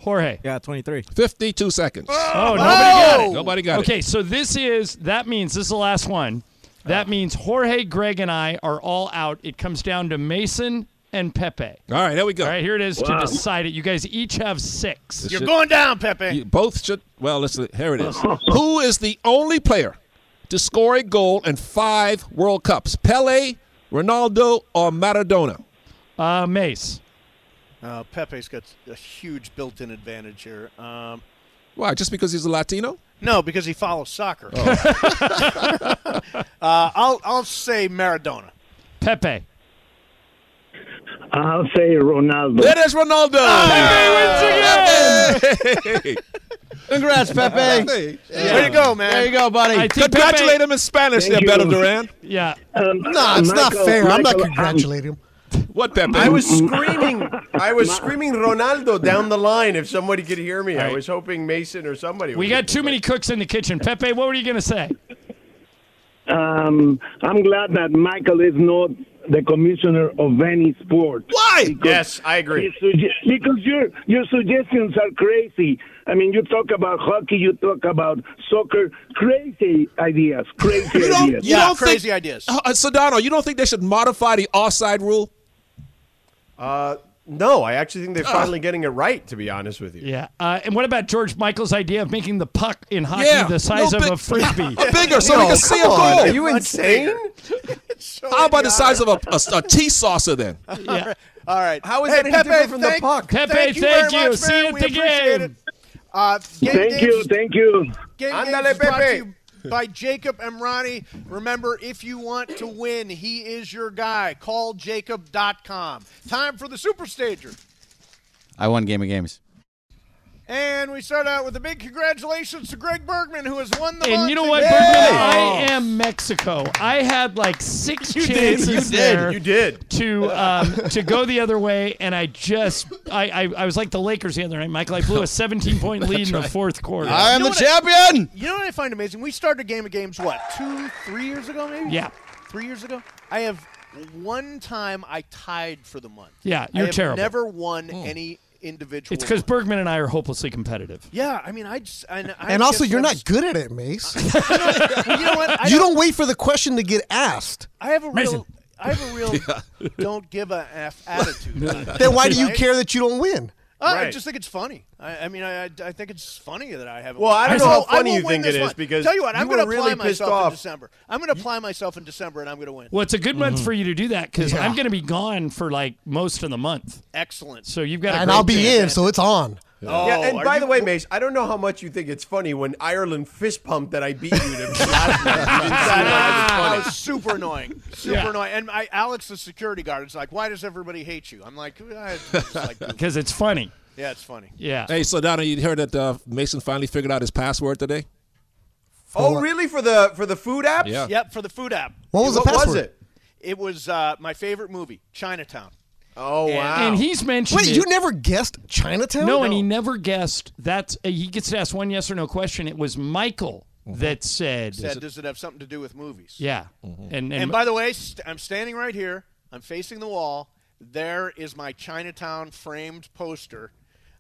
Jorge.
Yeah, 23.
52 seconds.
Oh, nobody got it.
Nobody got it.
Okay, so this is that means this is the last one.
Oh.
That means Jorge, Greg, and I are all out. It comes down to Mason and Pepe.
All right, there we go.
All right, here it is
Wow.
to decide it. You guys each have six.
This You're should- going
down, Pepe.
You both should. Well, listen, here it is. Who is the only player to score a goal in five World Cups? Pele, Ronaldo, or Maradona?
Uh, Mace.
Uh, Pepe's got a huge built in advantage here. Um,
Why? Oh. Just because he's a Latino?
no, because he follows soccer. uh, I'll, I'll say Maradona.
Pepe.
I'll say Ronaldo.
It is Ronaldo.
Ah,
Congrats, Pepe.
Hey.
There you go, man.
There you go, buddy.
I think
Congratulate
Pepe-
him in Spanish, there,
Thank
Beto
you.
Duran.
Yeah.
Um,
No, it's not
Michael-
fair. I'm not
Michael, um, Mm.
congratulating him.
What, Pepe?
I was screaming. I was screaming Ronaldo down the line if somebody could hear me. I was hoping Mason or somebody.
We
would
got too many cooks in the kitchen. Pepe, what were you going to say?
Um, I'm glad that Michael is not the commissioner of any sport.
Why? Yes, I agree.
his sugge- because your your suggestions are crazy. I mean, you talk about hockey, you talk about soccer, crazy ideas, crazy
You don't, you
ideas.
don't think, ideas. Uh, Sedano, you don't think they should modify the offside rule?
Uh, no, I actually think they're finally getting it right. To be honest with you.
Yeah. Uh, and what about George Michael's idea of making the puck in hockey
Yeah,
the size
no
of
big-
a frisbee?
A bigger, so we
No,
can see a
come
goal.
on. Are you insane?
How about the size of a, a, a tea saucer then?
Yeah. All right.
How
is that any different from the puck?
Pepe,
Pepe,
thank you.
thank
very
you.
Much,
See
man.
you at
We
the
appreciate
game.
it. Uh, game
Thank you,
Days-
thank you.
Game
Andale,
Days is brought to
Pepe.
you by Jacob Emrani. Remember, if you want to win, he is your guy. Call jacob.com. Time for the Super Stager.
I won Game of Games.
And we start out with a big congratulations to Greg Bergman, who has won the
And
month
you know what,
today.
Bergman? I am Mexico. I had like six
You did,
chances
you did,
there
you
did.
to um, to go the other way, and I just I, I I was like the Lakers the other night, Michael. I blew a 17 point lead in the
right.
fourth quarter.
I
You
am
know
the
what
champion.
you know what I find amazing? We started a game of games, what, two, three years ago, maybe?
Yeah.
Three years ago? I have one time I tied for the month.
Yeah,
I
you're
have
terrible. Hmm.
never won any individual.
It's because Bergman and I are hopelessly competitive.
Yeah, I mean, I just. And, I
and also,
guess
you're
that's-
not good at it, Mace.
you know what? I
you don't wait for the question to get asked.
I have a
Mason.
real. I have a real don't give a f attitude.
Then why do you
Right?
care that you don't win?
Uh, I
Right.
just think it's funny. I, I mean, I, I I think it's funny that I haven't.
Well,
won.
I don't
will-
know how
I
funny
will
you
win
think
this
it is
one.
because
tell you what,
you
I'm
were
going to
really
apply
pissed
myself
off.
in December. I'm going to apply myself in December, and I'm going to win.
Well, it's a good month for you to do that because
Yeah.
I'm going to be gone for like most of the month.
Excellent.
So you've got, a
and I'll
great
be
chance.
in, so it's on.
Oh,
yeah, and
are
by
you-
the way, Mace, I don't know how much you think it's funny when Ireland fist pumped that I beat you. To be honest with you.
I
That
was
was funny.
super annoying, super
Yeah.
annoying. And I, Alex, the security guard, is like, "Why does everybody hate you?" I'm like, I just like do it."
because it's funny.
"Yeah, it's funny."
Yeah.
Hey, Sedano, you heard that uh, Mason finally figured out his password today?
Oh, really? For the for the food apps?
Yeah.
Yep, for the food app.
What was the
What was
password?
it?
It was uh, my favorite movie, Chinatown.
Oh
wow. and he's mentioned
Wait,
it.
you never guessed Chinatown?
No, and he never guessed. That's uh, he gets to ask one yes or no question. It was Michael that said.
Mm-hmm. said, Mm-hmm. "Does it have something to do with movies?"
yeah,
Mm-hmm.
and, and
And, by the way, st- I'm standing right here. I'm facing the wall. There is my Chinatown framed poster,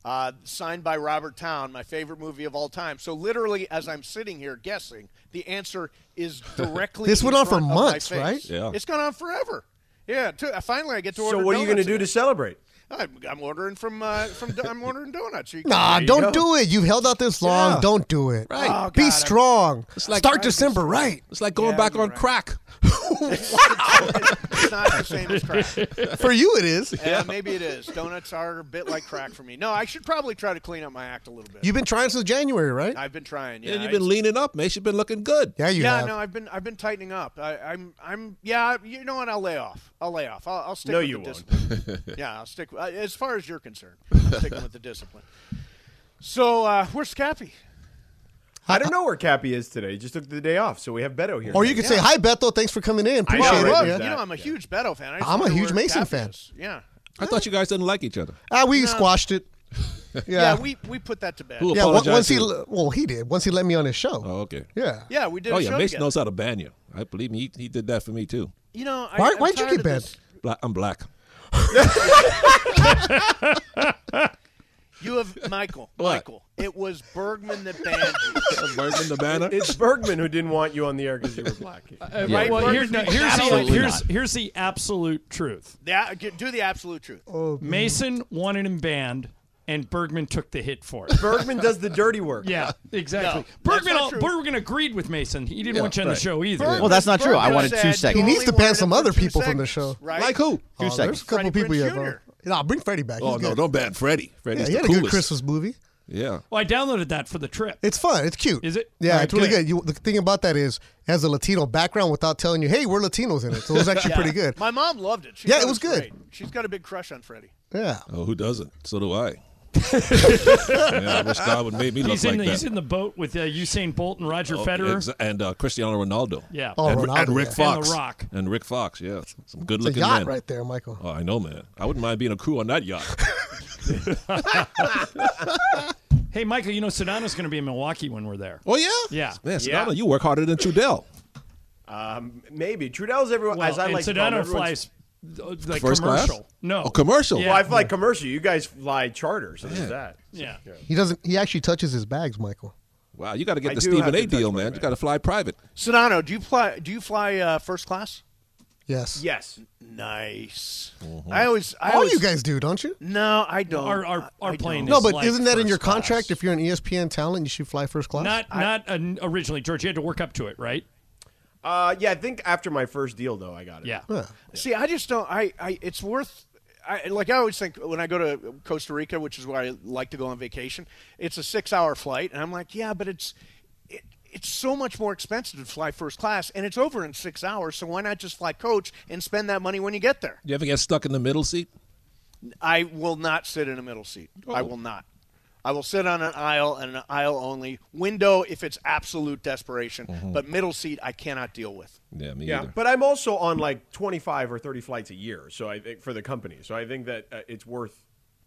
uh, signed by Robert Town, my favorite movie of all time. So literally, as I'm sitting here guessing, the answer is directly.
This
in
went on for
front of my
months,
face.
right? Yeah.
It's gone on forever. Yeah. t- uh, finally, I get to order.
So what are you going to
donuts
do to
again.
celebrate?
I'm, I'm ordering from uh, from do- I'm ordering donuts. You-
Nah,
There you
don't
go.
do it. You've held out this long.
Yeah.
Don't do it.
Right. Oh,
Be
God, I-
strong.
It's like-
Start
Right.
December right.
It's like going
Yeah,
back
you're
on crack.
It's not the same as crack.
For you, it is.
Yeah, maybe it is. Donuts are a bit like crack for me. No, I should probably try to clean up my act a little bit.
You've been trying since January, right?
I've been trying. Yeah,
and you've
I-
been leaning up, Mace. You've been looking good.
Yeah, you
yeah,
have.
no, I've been I've been tightening up. I, I'm I'm yeah. You know what? I'll lay off. I'll lay off. I'll, I'll stick.
No,
with
you
the
won't.
discipline. yeah, I'll stick. Uh, as far as you're concerned, I'm sticking with the discipline. So uh, where's Cappy?
I don't know where Cappy is today. He just took the day off, so we have Beto here.
Or you could say,
Yeah.
"Hi, Bethel. Thanks for coming in.
I
Appreciate
know,
it."
right?
Yeah.
You know, I'm a huge Beto fan. I just
I'm a
wonder
huge
where
Mason
Cappy
fan.
is. Yeah.
I thought you guys didn't like each other.
Ah, we
No.
squashed it.
yeah,
Yeah.
We we put that to bed.
Who
yeah, on-
apologized
once he
to-
le- well, he did. Once he let me on his show.
Oh, okay.
Yeah.
Yeah, we did
Oh
a
yeah,
show
Mace
together.
knows how to ban you. I believe me. He, he did that for me too.
You know, I,
Why-
I'm
why'd you
tired
get
of
banned?
this.
Bla- I'm black.
You have Michael.
What?
Michael. It was Bergman that banned you.
Bergman the banner.
It's Bergman who didn't want you on the air because you were black.
Uh, right, well, here's, no, here's, the,
Absolutely
here's,
not.
here's the absolute truth.
Yeah, g- do the absolute truth.
Oh,
Mason wanted him banned, and Bergman took the hit for it.
Bergman does the dirty work.
Yeah, exactly.
No,
Bergman,
that's not
all,
true.
Bergman agreed with Mason. He didn't
Yeah,
want you on
right.
the show either.
Well, that's not true. I wanted two
He
seconds.
needs to ban some other
two
people from the show.
right?
Like who?
Oh, there's a couple people here, bro. Nah, bring Freddie back.
Oh
He's
no,
good.
don't ban Freddie.
Yeah,
Freddie's
he
the
had a
coolest.
good Christmas movie.
Yeah.
Well, I downloaded that for the trip.
It's fun. It's cute.
Is it?
Yeah,
All right,
it's really
good.
good. You, the thing about that is, it has a Latino background without telling you, "Hey, we're Latinos in it." So it was actually
Yeah.
pretty good.
My mom loved it. She
Yeah,
thought
it was
was
good.
great. She's got a big crush on Freddie.
Yeah.
Oh, who doesn't? So do I. yeah, I wish God would make me look
he's
like
in the,
that.
He's in the boat with uh, Usain Bolt and Roger
Oh,
Federer.
exa- and uh, Cristiano Ronaldo.
Yeah.
Oh,
and,
Ronaldo,
and Rick
yeah.
Fox.
And The Rock.
And Rick Fox. Yeah, some- some good
It's a
looking
yacht
men.
right there, Michael.
Oh, I know, man. I wouldn't mind being a crew on that yacht.
Hey, Michael, you know Sedano's going to be in Milwaukee when we're there.
Oh yeah,
yeah,
man.
Yeah.
Sedano, you work harder than Trudell.
Um, maybe Trudell's everyone.
Well,
as I
and
like to
Sedano
call him, everyone's-
flies uh, like
First class?
commercial. No,
Oh, commercial.
Well, I fly commercial. You guys fly charter. So there's that.
Yeah.
He doesn't. He actually touches his bags, Michael.
Wow, you got to get
I
the
do
Stephen
have
A.
to touch
deal, man. You got to fly private.
Sedano, do you fly? Do you fly uh, first class?
Yes.
Yes. Nice.
Mm-hmm.
I always. I
All
always,
you guys do, don't you?
No, I don't.
Our- our- our
I
plane
don't.
No, but isn't that in your contract? If you're an E ESPN talent, you should fly first class.
not not an originally, George. You had to work up to it, right?
Uh, yeah, I think after my first deal though, I got it.
Yeah.
See, I just don't. I, I it's worth. I, like I always think when I go to Costa Rica, which is where I like to go on vacation, it's a six-hour flight, and I'm like, yeah, but it's it, it's so much more expensive to fly first class, and it's over in six hours. So why not just fly coach and spend that money when you get there?
You ever get stuck in the middle seat?
I will not sit in a middle seat.
Oh.
I will not. I will sit on an aisle and an aisle only window if it's absolute desperation. But middle seat, I cannot deal with.
Mm-hmm. Yeah, me
yeah,
either.
but I'm also on like 25 or 30 flights a year, so I think for the company, so I think that uh, it's worth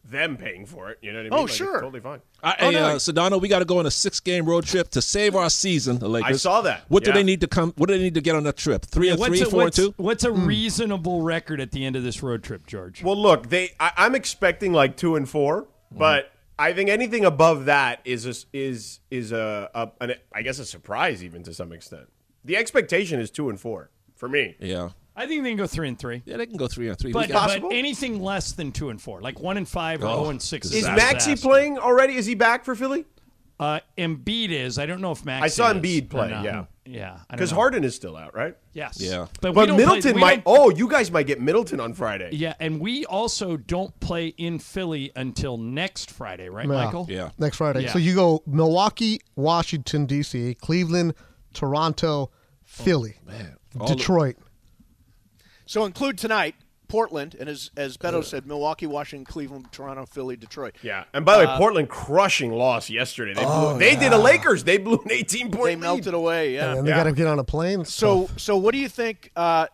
them paying for it. You know what I mean?
Oh,
Like, it's
sure.
totally fine.
Uh, hey, uh, Sedano, we got to go on a six-game road trip to save our season. The Lakers.
saw that.
What do
Yeah.
they need to come? What do they need to get on that trip? Three
Yeah,
and
what's
three,
a,
four
what's,
and two. Hmm.
What's a reasonable record at the end of this road trip, George?
Well, look, they I, I'm expecting like two and 4 but I think anything above that is a, is is a, a an, I guess a surprise even to some extent. The expectation is two and four for me.
Yeah,
I think they can go three and three.
Yeah, they can go three and three.
But,
We got-
but anything less than two and four, like one and five or
Oh,
zero and six,
Is
a
Maxi
disaster.
playing already? Is he back for Philly?
Uh, Embiid is. I don't know if Maxi.
I saw
is or
Embiid play.
not.
Yeah,
yeah. I don't
Because
know.
Harden is still out, right?
Yes.
Yeah.
But Uh, we
But,
don't play-
Middleton
we
might. Oh, you guys might get Middleton on Friday.
Yeah, and we also don't play in Philly until next Friday, right,
Yeah.
Michael?
Next Friday.
Yeah.
So you go Milwaukee, Washington D.C., Cleveland, Toronto, Philly,
All the-
Detroit.
So include tonight Portland and as as Beto said, Milwaukee, Washington, Cleveland, Toronto, Philly, Detroit.
Yeah. And by the way,
Uh,
Portland crushing loss yesterday. They,
Oh,
blew, they did
yeah.
a Lakers. They blew an 18 point
They melted away. Yeah.
And they got to get on a plane.
So so what do you think? Uh,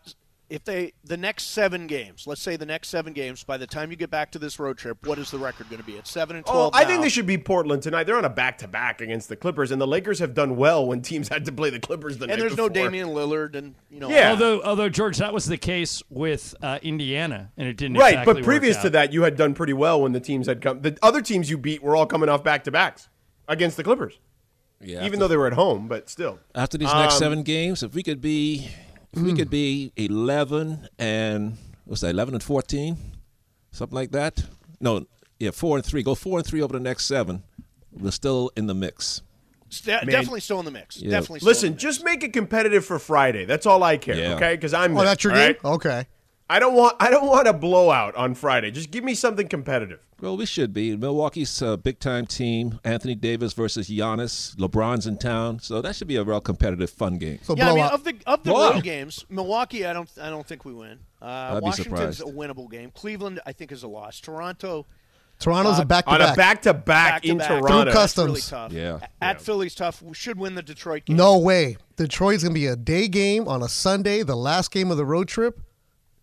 if they the next seven games, let's say the next seven games, by the time you get back to this road trip, what is the record going to be? At seven and
Oh,
twelve.
I think
now.
they should beat Portland tonight. They're on a back to back against the Clippers, and the Lakers have done well when teams had to play the Clippers the night
And there's no
before.
Damian Lillard, and you know.
Although, although George, that was the case with uh, Indiana, and it didn't.
Right,
exactly
but
work
previous to
out.
that, you had done pretty well when the teams had come. The other teams you beat were all coming off back to backs against the Clippers.
Yeah,
even
after-
though they were at home, but still.
After these next
Um,
seven games, if we could be, if we could be eleven and what's that? Eleven and fourteen, something like that. No, yeah, four and three. Go four and three over the next seven. We're still in the mix.
Sta-
Man.
definitely still in the mix.
Yeah.
Definitely. Still
Listen, just make it competitive for Friday. That's all I care.
Yeah.
Okay, because I'm.
Oh,
there,
that's your
all
game.
right?
Okay.
I don't want. I don't want a blowout on Friday. Just give me something competitive.
Well, we should be. Milwaukee's a big time team. Anthony Davis versus Giannis. LeBron's in town, so that should be a real competitive, fun game.
yeah, I mean, of the of the
Blowout.
road games, Milwaukee, I don't I don't think we win. Uh,
I'd be
Washington's
surprised.
a winnable game. Cleveland, I think, is a loss. Toronto,
Toronto's
Uh,
a back to
on
back.
a back-to-back in
back-to-back.
Toronto. Through
customs.
Really tough.
Yeah.
At Philly's tough. We should win the Detroit game.
No way. Detroit's gonna be a day game on a Sunday, the last game of the road trip.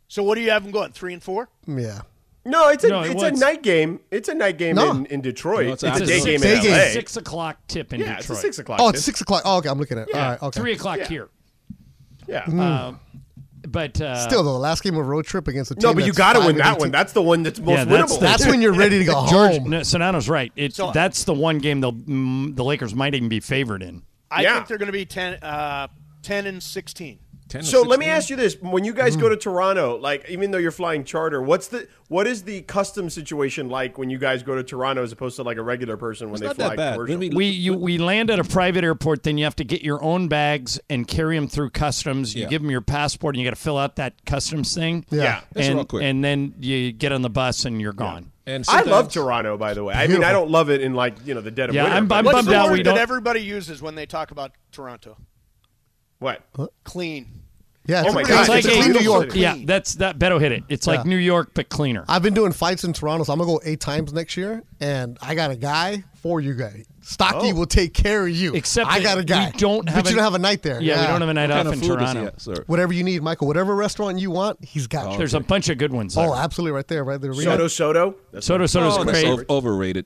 So what do you have them going? Three and four?
Yeah.
No, Oh, it's a
No,
it's
well,
a
it's-
night game. It's a night game
No.
in, in Detroit.
No,
it's,
it's
a
a
day
six-
game
day
in
game.
LA.
six o'clock tip in
Yeah, it's a
Detroit.
six o'clock.
Oh,
tip.
it's six o'clock. Oh, okay, I'm looking at it.
Yeah,
All right, okay. Mm.
three o'clock here.
Yeah.
Uh, but uh,
Still, though, the last game of road trip against the team.
No, but you
that's
got to
five
win
and
that
18.
one. That's the one that's most
Yeah,
winnable. uh,
that's, the-
That's when you're ready to go
George,
home.
No, Sonano's right. It's
So-
that's the one game the mm, the Lakers might even be favored in.
I think they're going to be 10, uh, 10 and sixteen.
So let me ask you this: When you
Mm.
guys go to Toronto, like even though you're flying charter, what's the what is the custom situation like when you guys go to Toronto as opposed to like a regular person when
It's
they
not
fly
that bad.
commercial?
Let me-
We you we land at a private airport, then you have to get your own bags and carry them through customs. You
Yeah.
give them your passport, and you got to fill out that customs thing.
Yeah. Yeah. It's
and
real quick.
and then you get on the bus and you're gone.
And
I love
sometimes-
Toronto, by the way. I mean, I
Beautiful.
don't love it in like you know the dead of
Yeah,
winter.
I'm-
but-
I'm
What's
bummed
the
out
word
we
that
don't-
everybody uses when they talk about Toronto?
What?
Clean.
Yeah,
oh
it's
my
a
god,
clean- it's a clean New York.
Yeah, that's that. Beto hit it. It's like
Yeah.
New York but cleaner.
I've been doing fights in Toronto, so I'm gonna go eight times next year, and I got a guy for you guys. Stocky will take care of you.
Except
I
that
got a
we
guy.
don't have
but you
a-
don't have a night there.
Yeah, we don't have a night What off kind of in food is he Toronto. at, sir?
Whatever you need, Michael. Whatever restaurant you want, he's got you.
There's a bunch of good ones.
Oh,
there.
absolutely, right there, right there. We
Soto
got-
Soto.
Soto Soto's
Oh,
great.
that's o- overrated.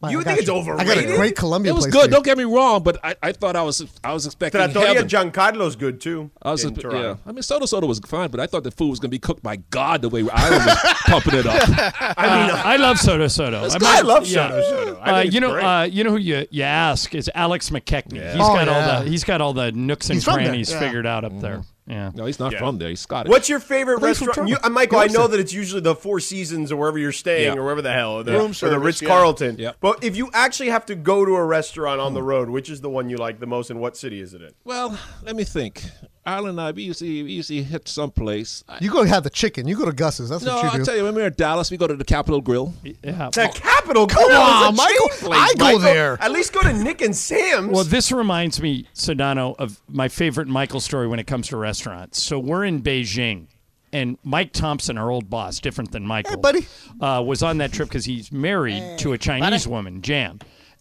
Mike,
You
I
think
got
it's
I got
overrated?
a great Colombia
It was
place.
good. Don't get me wrong, but I, I thought I was I was expecting
Trattoria
heaven.
Giancarlo's good too.
I was
in
just- yeah.
Toronto.
I mean, soda soda was fine, but I thought the food was gonna be cooked by God the way Ireland was pumping it up.
I mean, Uh, I love Soto Soto.
This
I
guy loves
yeah.
Soto Soto. I
Uh,
think it's
you know,
great.
uh, you know who you, you ask is Alex McKechnie. He's
Oh,
got all
yeah.
the he's got all the nooks and
He's from there,
crannies
yeah. Mm-hmm.
figured out up there. Yeah.
No, he's not
Yeah.
from there. He's Scottish.
What's your favorite
Place from
restaurant?
Toronto.
You, uh, Michael, I
Yes,
know
sir.
that it's usually the Four Seasons or wherever you're staying
Yeah.
or wherever the hell, or the,
Room
or the
service,
Ritz
yeah.
Carlton.
Yeah. Hmm.
But if you actually have to go to a restaurant on the road, which is the one you like the most, and what city is it in?
Well, let me think. Ireland and I, we usually, we usually hit someplace. I-
You go have the chicken. You go to Gus's. That's
no,
what you do.
I tell you, when we were in Dallas, we go to the Capitol Grill.
Yeah.
The Capitol. Come
on, Michael. I go there.
At least go to Nick and Sam's.
Well, this reminds me, Sedano, of my favorite Michael story when it comes to restaurants. So we're in Beijing, and Mike Thompson, our old boss, different than Michael, buddy. Uh, was on that trip because he's married to a Chinese woman, Jan.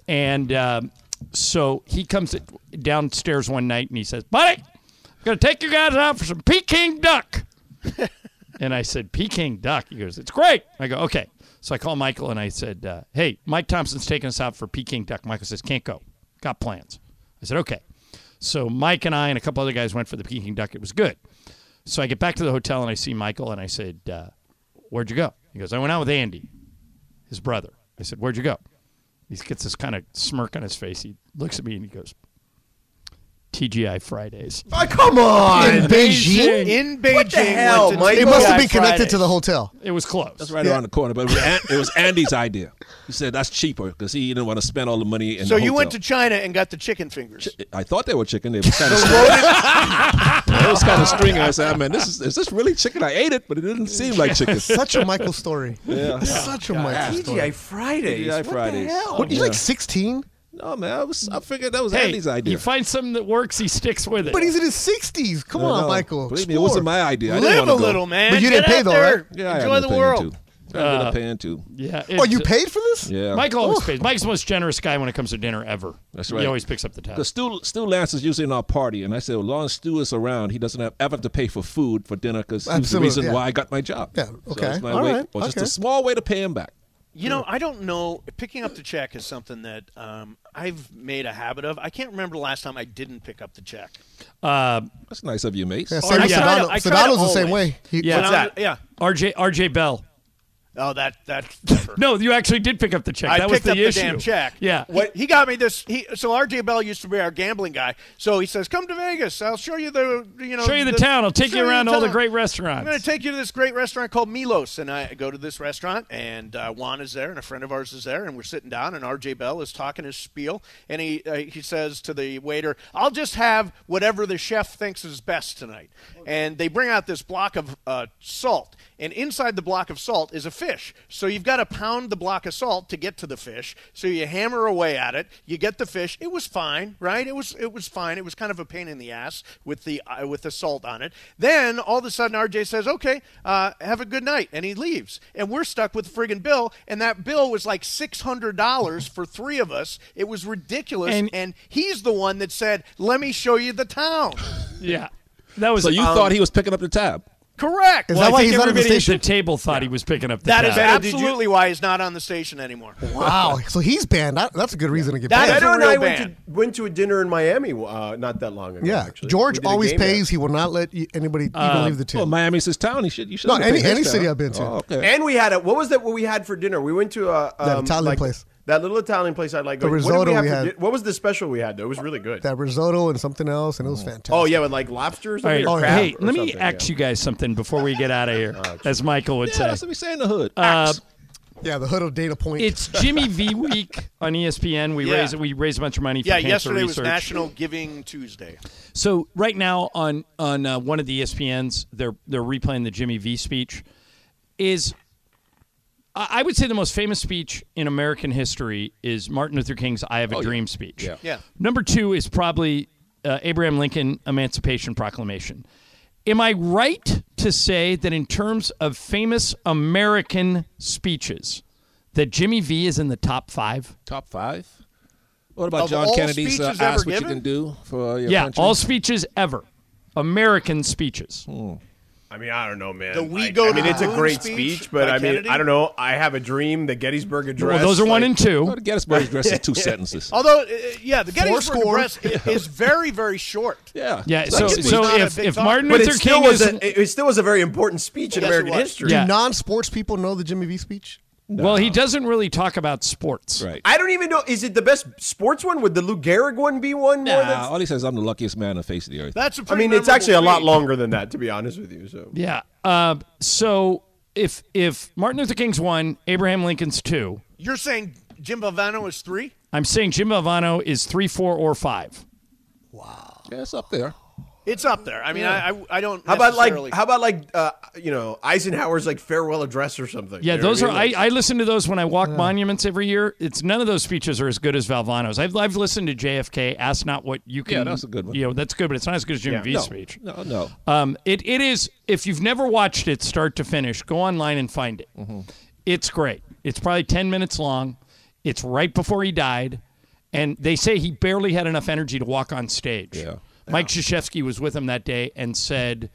And um, so he comes downstairs one night and he says, Buddy, I'm going to take you guys out for some Peking duck. And I said, Peking duck. He goes, it's great. I go, okay. So I call Michael and I said, uh, hey, Mike Thompson's taking us out for Peking duck. Michael says, can't go. Got plans. I said, okay. So Mike and I and a couple other guys went for the Peking duck. It was good. So I get back to the hotel and I see Michael and I said, uh, where'd you go? He goes, I went out with Andy, his brother. I said, where'd you go? He gets this kind of smirk on his face. He looks at me and he goes, TGI Fridays.
Oh, come on. In Beijing?
In Beijing.
What the hell,
went to
Mike? It
TGI
must have been connected
Fridays.
to the hotel.
It was close.
That's right
Yeah.
around the corner, but it was, An- it was Andy's idea. He said that's cheaper because he didn't want to spend all the money. In
So
the
you went to
hotel.
China and got the chicken fingers.
I thought they were chicken. They were kind of stringy. they was kind of stringy. I said, "Ah, "Man, this is is this really chicken? I ate it, but it didn't seem like chicken."
Such a Michael story.
Yeah.
Such a
Yeah.
Michael
Yeah.
story.
TGI Fridays. TGI What the Fridays. hell?
What, you
Yeah.
like 16?
No, man. I was. I figured that was
Hey,
Andy's idea.
you find something that works, he sticks with it.
But he's in his 60s. Come
No,
on,
no.
Michael.
Believe me, it wasn't
explore.
my idea. I
Live
didn't wanna
a
go.
little, man.
But you didn't
Get
pay
out
though,
there.
right?
Yeah, I
Enjoy
ended
the
up paying
world.
Too. I ended
Uh,
up paying too.
Yeah.
Oh,
it's-
you paid for this?
Yeah.
Michael always pays. Mike's the most generous guy when it comes to dinner ever.
That's right.
He always picks up the tab.
Because Stu, Stu Lance is usually in our party, and I said, well, long as Stu is around, he doesn't have, ever have to pay for food for dinner because he's the
Absolutely,
reason
yeah.
why I got my job.
Yeah,
So
okay.
it's my
All
way,
right,
or just
okay.
a small way to pay him back.
You know, I don't know. Picking up the check is something that um, I've made a habit of. I can't remember the last time I didn't pick up the check.
Uh,
That's nice of you, Mace.
Yeah, same with
I tried to-
Sedano.
I tried to
Sedano's the same
always.
way. He-
yeah.
What's that? Yeah.
RJ RJ Bell.
Oh, that that's
No, you actually did pick up the check.
I
that
picked
was the
up
issue.
the damn check.
Yeah.
What he got me this. He so RJ Bell used to be our gambling guy. So he says, "Come to Vegas. I'll show you the you know
Show you the town. I'll take
show
you around all the
town.
great
I'm
restaurants."
going to take you to this great restaurant called Milos, and I go to this restaurant, and uh, Juan is there, and a friend of ours is there, and we're sitting down, and RJ Bell is talking his spiel, and he uh, he says to the waiter, "I'll just have whatever the chef thinks is best tonight," and they bring out this block of uh, salt, and inside the block of salt is a fish, so you've got to pound the block of salt to get to the fish, so you hammer away at it, you get the fish, it was fine, right? It was it was fine, it was kind of a pain in the ass with the uh, with the salt on it. Then all of a sudden, RJ says, "Okay, uh, have a good night," and he leaves. And we're stuck with the friggin' bill. And that bill was like six hundred dollars for three of us. It was ridiculous.
And-
And, he's the one that said, "Let me show you the town."
Yeah. That was
So you
um,
thought he was picking up the tab?
Correct.
well, I think everybody at the table thought he was picking up the
That
tab.
is absolutely why he's not on the station anymore.
Wow. So he's banned. That- that's a good reason to get
That
banned.
is a
Beto and
real
I went to,
band.
went to a dinner in Miami uh, not that long ago.
Yeah,
actually.
George
We did a
always
game there.
pays. He will not let you, anybody even leave the table.
Uh, Well, Miami's his town. He should. You should.
No, any- any city I've been to.
Oh, okay.
And we had a what was that? What we had for dinner? We went to a
That
um,
Italian
like,
place.
That little Italian place I like.
The
going-
risotto
what, did
we
we have for
had.
di- what was the special we had though? It was really good.
that risotto and something else, and it was fantastic.
Oh yeah, with like lobster or
All
something.
right.
or crab
hey,
or
let me
something,
ask you guys something before we get out of here, as Michael would
Yeah,
say.
that's what we say in the hood.
Uh,
Yeah, the hood of Data Point.
it's Jimmy V Week on E ESPN. We
Yeah.
raise we raise a bunch of money for
yeah,
cancer
yesterday was
research.
National Giving Tuesday.
So right now on on uh, one of the ESPNs, they're they're replaying the Jimmy V speech. Is I I would say the most famous speech in American history is Martin Luther King's "I Have a
Oh, yeah.
Dream" speech.
Yeah.
Yeah.
Number two is probably uh, Abraham Lincoln Emancipation Proclamation, Am I right to say that in terms of famous American speeches, that Jimmy V is in the top five?
Top five? What about John Kennedy's uh, "Ask What You Can Do for uh, Your
yeah,
Country"?
all speeches ever, American speeches.
I mean, I don't know, man.
The We
I,
Go
I
to
mean, it's a
Moon
great
speech
speech, but
by
I mean,
Kennedy?
I don't know. I have a dream. The Gettysburg Address.
Well, those are one
like-
and two. Oh,
Although, uh, yeah, the
Four
Gettysburg
score.
Address i- is very, very short.
Yeah.
Yeah,
Like,
so
it's
so
not a
if,
big
if
talk.
Martin
But it
Luther
still
King
was
is
a, it it still was a very important speech in
Yes, it
American
was.
history.
Do
Yeah.
non-sports people know the Jimmy V speech?
well, he doesn't really talk about sports. Right.
I don't even know. Is it the best sports one? Would the Lou Gehrig one be one more? than-
Nah, all he says, "I'm the luckiest man on the face of the earth."
That's a I mean, it's actually a lot longer than that, to be honest with you. So
Yeah. Uh, so if if Martin Luther King's one, Abraham Lincoln's two.
You're saying Jim Valvano is three?
I'm saying Jim Valvano is three, four, or five.
Yeah, it's up there.
It's up there. I mean,
Yeah.
I, I, I don't.
How about
necessarily-
like how about like uh, you know Eisenhower's like farewell address or something?
Yeah,
You know
those
what
are. I, I listen to those when I walk monuments every year. It's none of those speeches are as good as Valvano's. I've, I've listened to JFK. Ask not what you can.
Yeah, that's a good one.
You know, that's good, but it's not as good as Jimmy
Yeah.
V's
No,
speech.
no, no.
Um, it it is. If you've never watched it, start to finish, go online and find it.
Mm-hmm.
It's great. It's probably ten minutes long. It's right before he died, and they say he barely had enough energy to walk on stage. Yeah. Mike Krzyzewski was with him that day and said,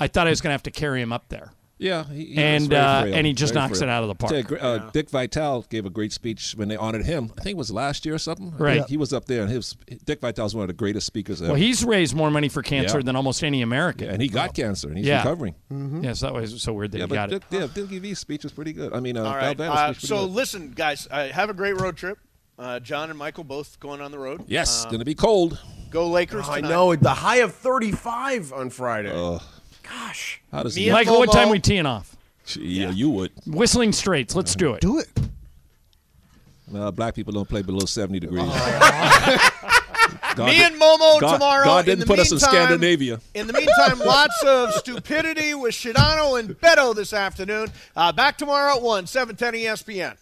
"I thought I was going to have to carry him up there."
Yeah, he, he was
and
very
uh,
frail,
and he just
very
knocks
frail.
it out of the park.
Tell you, gr- uh, Dick Vitale gave a great speech when they honored him. I think it was last year or something. I think
Right.
he was up there, and his Dick Vitale's one of the greatest speakers ever.
Well, he's raised more money for cancer
Yeah.
than almost any American,
and he got cancer, and he's
yeah.
recovering.
Yeah, so that was so weird that
yeah,
he got
but
it.
Dick, yeah, Dick V's speech was pretty good. I mean, uh,
All right.
Valvano's
Uh,
speech was
so
pretty good.
listen, guys, uh, have a great road trip. Uh, John and Michael both going on the road.
yes,
Um,
going to be cold.
Go Lakers!
Oh, I
tonight.
know the high of 35 on Friday.
Gosh, how does
Me
he?
and
Michael, what
Volvo-
time we teeing off?
Yeah, you would.
Whistling Straits. Let's do it.
Do it.
Well, Uh, black people don't play below seventy degrees. God
Oh. Me
did-
and Momo
God-
tomorrow.
God
in
didn't
the
put us
meantime,
in Scandinavia.
In the meantime, lots of stupidity with Shadano and Beto this afternoon. Uh, back tomorrow at 1, 710 ESPN.